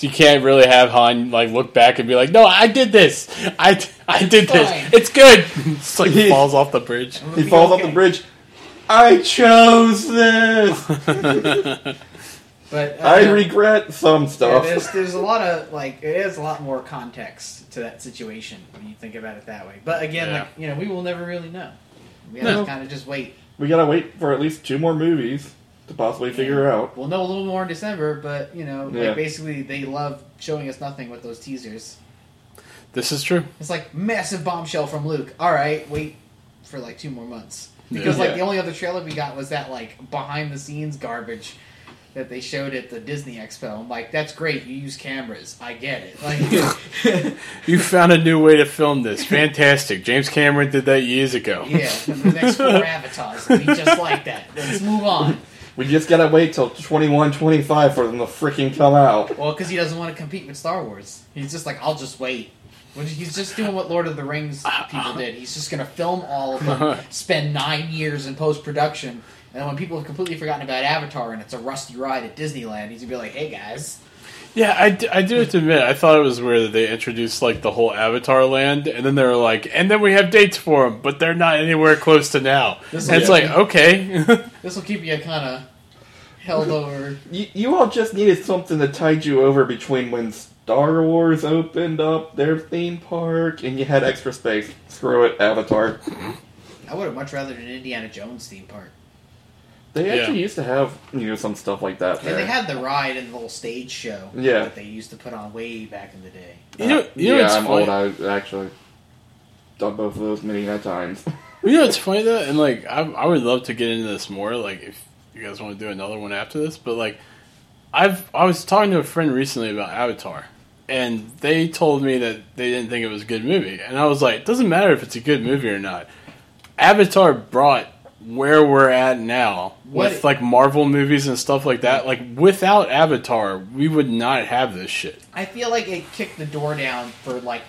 Speaker 1: you can't really have Han like look back and be like, "No, I did this. I I did this.
Speaker 2: fine.
Speaker 1: It's good." It's like falls off the bridge.
Speaker 2: I'm gonna
Speaker 3: He
Speaker 2: be
Speaker 3: falls off
Speaker 2: okay.
Speaker 3: the bridge. I chose this.
Speaker 2: But uh,
Speaker 3: I
Speaker 2: yeah.
Speaker 3: regret some
Speaker 2: Yeah,
Speaker 3: stuff.
Speaker 2: there's, there's a lot of like it is a lot more context to that situation when you think about it that way. But again,
Speaker 1: Yeah.
Speaker 2: like you know, we will never really know. We have
Speaker 1: No.
Speaker 2: to kind of just wait.
Speaker 3: we gotta wait for at least two more movies to possibly figure out.
Speaker 2: We'll know a little more in December, but you know,
Speaker 3: Yeah.
Speaker 2: like basically they love showing us nothing with those teasers.
Speaker 1: This is true.
Speaker 2: It's like massive bombshell from Luke. All right, wait for like two more months because
Speaker 1: Yeah.
Speaker 2: like
Speaker 3: Yeah.
Speaker 2: the only other trailer we got was that like behind the scenes garbage. That they showed at the Disney Expo. I'm like, that's great. You use cameras. I get it. Like,
Speaker 1: You found a new way to film this. Fantastic. James Cameron did that years ago.
Speaker 2: Yeah, and the next four avatars will be just like that. Let's move on.
Speaker 3: We just gotta wait till 21, 25 for them to freaking come out.
Speaker 2: Well, because he doesn't want to compete with Star Wars. He's just like, I'll just wait. When he's just doing what Lord of the Rings people did. He's just going to film all of them, spend nine years in post production, and then when people have completely forgotten about Avatar and it's a rusty ride at Disneyland, he's going to be like, hey guys.
Speaker 1: Yeah, I, d- I do have to admit, I thought it was weird that they introduced like the whole Avatar land, and then they were like, and then we have dates for them, but they're not anywhere close to now.
Speaker 2: This
Speaker 1: and it's
Speaker 3: will-
Speaker 1: like, okay,
Speaker 2: This will keep you kind of held over.
Speaker 3: You, you all just needed something to tide you over between when Star Wars opened up their theme park and you had extra space. Screw it, Avatar.
Speaker 2: I would have much rather an Indiana Jones theme park.
Speaker 3: They
Speaker 1: Yeah.
Speaker 3: actually used to have you know some stuff like that.
Speaker 2: Yeah,
Speaker 3: There.
Speaker 2: they had the ride and the little stage show
Speaker 3: Yeah.
Speaker 2: that they used to put on way back in the day.
Speaker 1: you
Speaker 2: uh,
Speaker 1: know, you know,
Speaker 3: yeah,
Speaker 1: it's
Speaker 3: I'm
Speaker 1: funny.
Speaker 3: old. I've actually done both of those many a times.
Speaker 1: You know, it's funny though, and like I, I would love to get into this more. Like, if you guys want to do another one after this, but like, I've I was talking to a friend recently about Avatar, and they told me that they didn't think it was a good movie, and I was like, it doesn't matter if it's a good movie or not. Avatar brought where we're at now with
Speaker 2: What-
Speaker 1: like Marvel movies and stuff like that. Like, without Avatar, we would not have this shit.
Speaker 2: I feel like it kicked the door down for like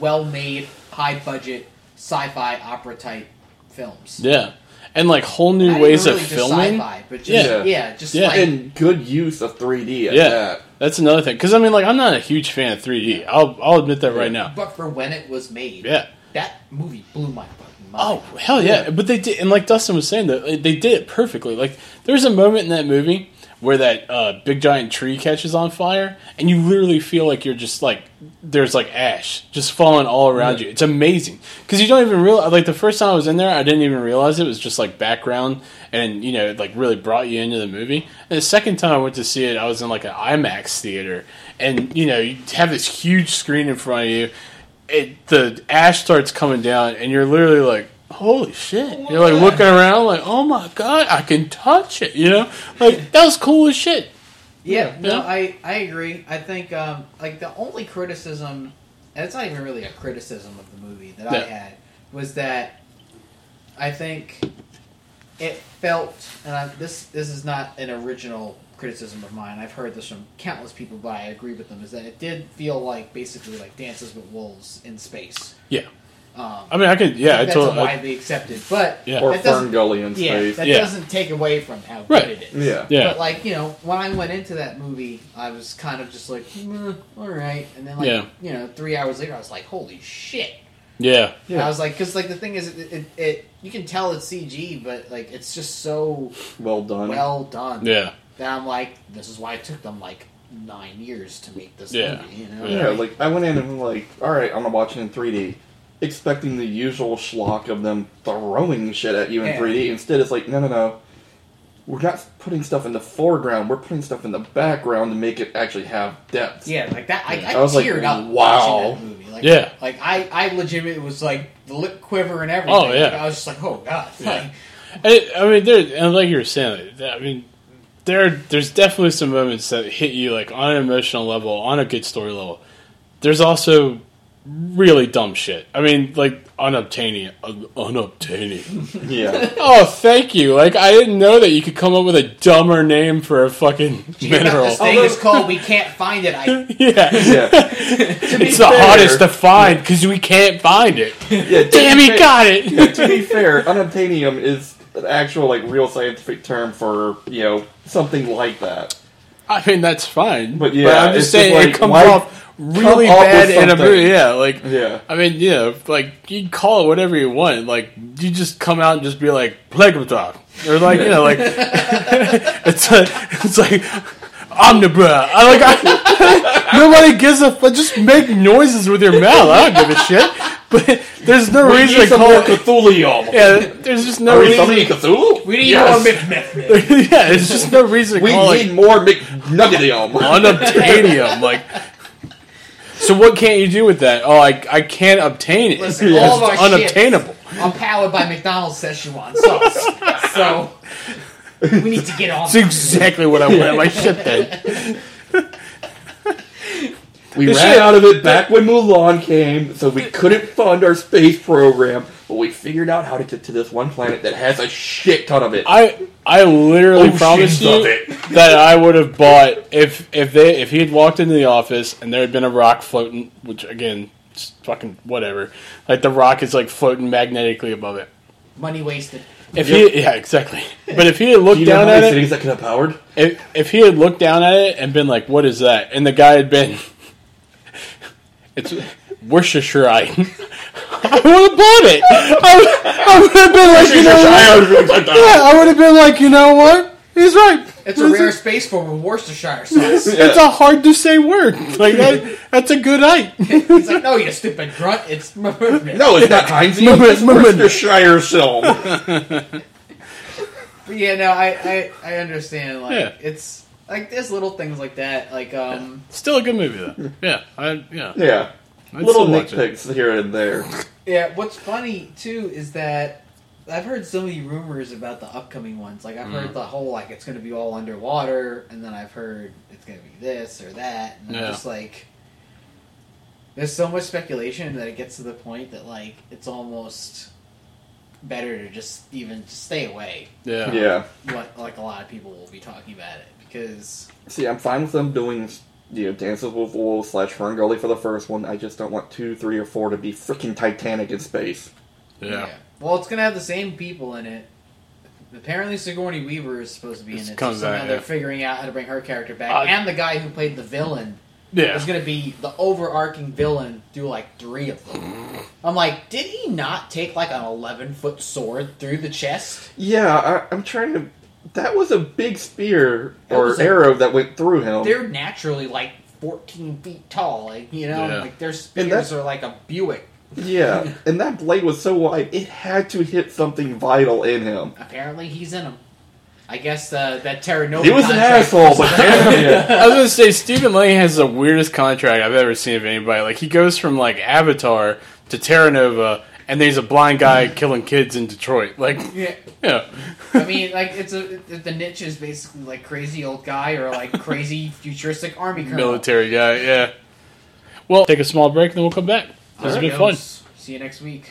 Speaker 2: well-made, high-budget sci-fi opera type films.
Speaker 1: Yeah, and like whole
Speaker 2: Not
Speaker 1: new
Speaker 2: even
Speaker 1: ways
Speaker 2: really
Speaker 1: of
Speaker 2: just
Speaker 1: filming.
Speaker 2: sci-fi, but just,
Speaker 3: Yeah.
Speaker 2: yeah, just
Speaker 1: Yeah.
Speaker 2: like
Speaker 3: and good use of 3D at
Speaker 1: yeah,
Speaker 3: that.
Speaker 1: that's another thing. Because I mean, like, I'm not a huge fan of 3D. I'll I'll admit that right now.
Speaker 2: but for when it was made.
Speaker 1: Yeah.
Speaker 2: that movie blew my fucking
Speaker 1: Oh
Speaker 2: mind.
Speaker 1: hell yeah. But they did, and like Dustin was saying, that they did it perfectly. Like, there's a moment in that movie where that uh, big giant tree catches on fire, and you literally feel like you're just like there's like ash just falling all around you. It's amazing because you don't even realize. Like the first time I was in there, I didn't even realize it was just like background, and you know, it like really brought you into the movie. And the second time I went to see it, I was in like an IMAX theater, and you know, you have this huge screen in front of you it, the ash starts coming down, and you're literally like, "Holy shit!"
Speaker 2: Oh my
Speaker 1: you're like
Speaker 2: God.
Speaker 1: looking around, like, "Oh my god, I can touch it!" You know, like that was cool as shit.
Speaker 2: Yeah, no,
Speaker 1: Yeah.
Speaker 2: I, I agree. I think um, like the only criticism, and it's not even really a criticism of the movie that I
Speaker 1: No.
Speaker 2: had was that I think it felt, and I, this this is not an original criticism of mine. I've heard this from countless people, but I agree with them. Is that it did feel like basically like Dances with Wolves in space.
Speaker 1: Yeah,
Speaker 2: Um,
Speaker 1: I mean, I could. Yeah, I
Speaker 2: that's
Speaker 1: totally. I-
Speaker 2: widely accepted, but
Speaker 1: Yeah.
Speaker 3: Or
Speaker 2: That doesn't-
Speaker 3: Fern Gully in
Speaker 2: yeah,
Speaker 3: space.
Speaker 2: that
Speaker 1: Yeah.
Speaker 2: doesn't take away from how
Speaker 1: Right.
Speaker 2: good it is.
Speaker 3: yeah.
Speaker 1: yeah,
Speaker 2: But like you know, when I went into that movie, I was kind of just like, "Meh, all right, and then like
Speaker 1: Yeah.
Speaker 2: you know, three hours later, I was like, holy shit!
Speaker 1: yeah,
Speaker 2: And I was like, because like the thing is, it, it, it you can tell it's CG, but like it's just so
Speaker 3: Well done.
Speaker 2: well done
Speaker 1: yeah.
Speaker 2: that I'm like, this is why it took them like nine years to make this
Speaker 1: Yeah.
Speaker 2: movie. You know,
Speaker 3: yeah. like I went in and was like, all right, I'm gonna watch it in 3D, expecting the usual schlock of them throwing shit at you in
Speaker 2: Yeah.
Speaker 3: 3D. Instead, it's like, no, no, no. We're not putting stuff in the foreground. We're putting stuff in the background to make it actually have depth.
Speaker 2: Yeah, like that. I, I,
Speaker 1: Yeah.
Speaker 3: I was like,
Speaker 2: teared up
Speaker 3: wow.
Speaker 2: watching that movie. Like,
Speaker 1: Yeah.
Speaker 2: like I, I legitimately was like the lip quiver and everything.
Speaker 1: Oh, yeah.
Speaker 2: Like, I was just like, oh god.
Speaker 1: Yeah.
Speaker 2: Like,
Speaker 1: I, I mean, there, and like you were saying, like, that- I mean, there, there's definitely some moments that hit you like on an emotional level, on a good story level. There's also really dumb shit. I mean, like unobtainium, un- unobtainium.
Speaker 3: Yeah.
Speaker 1: oh, thank you. Like I didn't know that you could come up with a dumber name for a fucking
Speaker 2: you got
Speaker 1: mineral.
Speaker 2: This thing
Speaker 3: Although-
Speaker 2: is called "We Can't Find It." I
Speaker 1: yeah.
Speaker 3: yeah.
Speaker 1: It's the
Speaker 3: fair-
Speaker 1: hardest to find because we can't find it.
Speaker 3: yeah
Speaker 1: Damn, he
Speaker 3: fair-
Speaker 1: got it.
Speaker 3: to be fair, unobtainium is an actual like real scientific term for you know something like that.
Speaker 1: I mean, that's fine.
Speaker 3: But
Speaker 1: But
Speaker 3: yeah,
Speaker 1: yeah, I'm
Speaker 3: it's
Speaker 1: just
Speaker 3: just
Speaker 1: saying
Speaker 3: like,
Speaker 1: it comes
Speaker 3: why
Speaker 1: off really
Speaker 3: come up with
Speaker 1: bad in a
Speaker 3: something?
Speaker 1: movie. Yeah, like
Speaker 3: Yeah.
Speaker 1: I mean, you know, like you can call it whatever you want. Like you just come out and just be like Plegothop. or like you know, like it's like it's like Omnibra. I like I, nobody gives a. But just make noises with your mouth. I don't give a shit. But there's no reason to call it.
Speaker 3: Cthulhu.
Speaker 1: Yeah, there's just no
Speaker 3: Are we
Speaker 1: reason.
Speaker 3: summoning Cthulhu?
Speaker 2: We need
Speaker 3: Yes.
Speaker 2: more myth, myth, myth.
Speaker 1: yeah, there's just no reason to
Speaker 3: We
Speaker 1: call it.
Speaker 3: need more McNuggetium.
Speaker 1: on obtainium. Like, so what can't you do with that? Oh, I, I can't obtain it.
Speaker 2: Listen,
Speaker 1: it's
Speaker 2: all of our shit-
Speaker 1: unobtainable.
Speaker 2: I'm powered by McDonald's Szechuan sauce, so we need to get on.
Speaker 1: That's exactly what I want in my shit then.
Speaker 3: We
Speaker 1: This
Speaker 3: ran
Speaker 1: shit-
Speaker 3: out of it back when Mulan came, so we couldn't fund our space program, but we figured out how to get to this one planet that has a shit ton of it.
Speaker 1: I I literally
Speaker 3: Oceans
Speaker 1: promise
Speaker 3: of
Speaker 1: you
Speaker 3: it.
Speaker 1: that I would have bought if if they if he had walked into the office and there had been a rock floating, which again, it's fucking whatever. Like the rock is like floating magnetically above it.
Speaker 2: Money wasted.
Speaker 1: If
Speaker 3: Yep.
Speaker 1: he yeah exactly, but if he had looked
Speaker 3: Do you know how
Speaker 1: down at
Speaker 3: many
Speaker 1: it,
Speaker 3: cities that could have powered?
Speaker 1: if, if he had looked down at it and been like, "What is that?" and the guy had been, "It's Worcestershire," I would have bought it. I, would- I would have been like, you know what? Yeah, I would have been like, you know what? He's right.
Speaker 2: It's a rare space form of Worcestershire sauce.
Speaker 1: It's a hard to say word. Like that, that's a good night.
Speaker 2: He's like, "No, you stupid grunt. It's myth, myth, myth."
Speaker 3: No, it's not Heinz.
Speaker 1: Moment,
Speaker 3: It's
Speaker 1: moment.
Speaker 3: Worcestershire film.
Speaker 2: But yeah, no, I, I, I understand. Like,
Speaker 1: Yeah.
Speaker 2: it's like there's little things like that. Like, um,
Speaker 1: Still a good movie though. Yeah, I, yeah.
Speaker 3: Yeah.
Speaker 1: I'd
Speaker 3: Little
Speaker 1: still watch it.
Speaker 3: nitpicks here and there.
Speaker 2: yeah. What's funny too is that I've heard so many rumors about the upcoming ones. Like, I've heard the whole like it's going to be all underwater, and then I've heard it's going to be this or that, and
Speaker 1: Yeah.
Speaker 2: I'm just like, there's so much speculation that it gets to the point that like it's almost better to just even just stay away.
Speaker 1: Yeah.
Speaker 3: Yeah.
Speaker 2: What like a lot of people will be talking about it because.
Speaker 3: See, I'm fine with them doing, you know, Dances with Wolves slash Fern Gully for the first one. I just don't want two, three, or four to be freaking Titanic in space.
Speaker 1: Yeah.
Speaker 2: Well, it's gonna have the same people in it. Apparently, Sigourney Weaver is supposed to be in
Speaker 1: It's
Speaker 2: it.
Speaker 1: comes
Speaker 2: so now
Speaker 1: out,
Speaker 2: they're
Speaker 1: yeah.
Speaker 2: figuring out how to bring her character back,
Speaker 1: Uh,
Speaker 2: and the guy who played the villain is
Speaker 1: Yeah.
Speaker 2: gonna be the overarching villain through like three of them. I'm like, did he not take like an 11 foot sword through the chest?
Speaker 3: Yeah, I, I'm trying to. That was a big spear
Speaker 2: That
Speaker 3: or
Speaker 2: was a-
Speaker 3: arrow that went through him.
Speaker 2: They're naturally like 14 feet tall, like you know,
Speaker 1: Yeah.
Speaker 2: like their
Speaker 3: And that's-
Speaker 2: spears are like a Buick.
Speaker 3: Yeah, and that blade was so wide, it had to hit something vital in him.
Speaker 2: Apparently, he's in them. I guess uh, that Terra Nova.
Speaker 3: He was an
Speaker 2: contract-
Speaker 3: asshole, but damn it.
Speaker 1: I was gonna say Stephen Lang has the weirdest contract I've ever seen of anybody. Like he goes from like Avatar to Terra Nova, and then he's a blind guy killing kids in Detroit. Like,
Speaker 2: Yeah.
Speaker 1: yeah,
Speaker 2: I mean, like it's a it- the niche is basically like crazy old guy or like crazy futuristic army colonel.
Speaker 1: military guy. Yeah. Well, take a small break, then we'll come back. This
Speaker 2: All
Speaker 1: has
Speaker 2: right,
Speaker 1: been
Speaker 2: yo,
Speaker 1: fun.
Speaker 2: s- See you next week.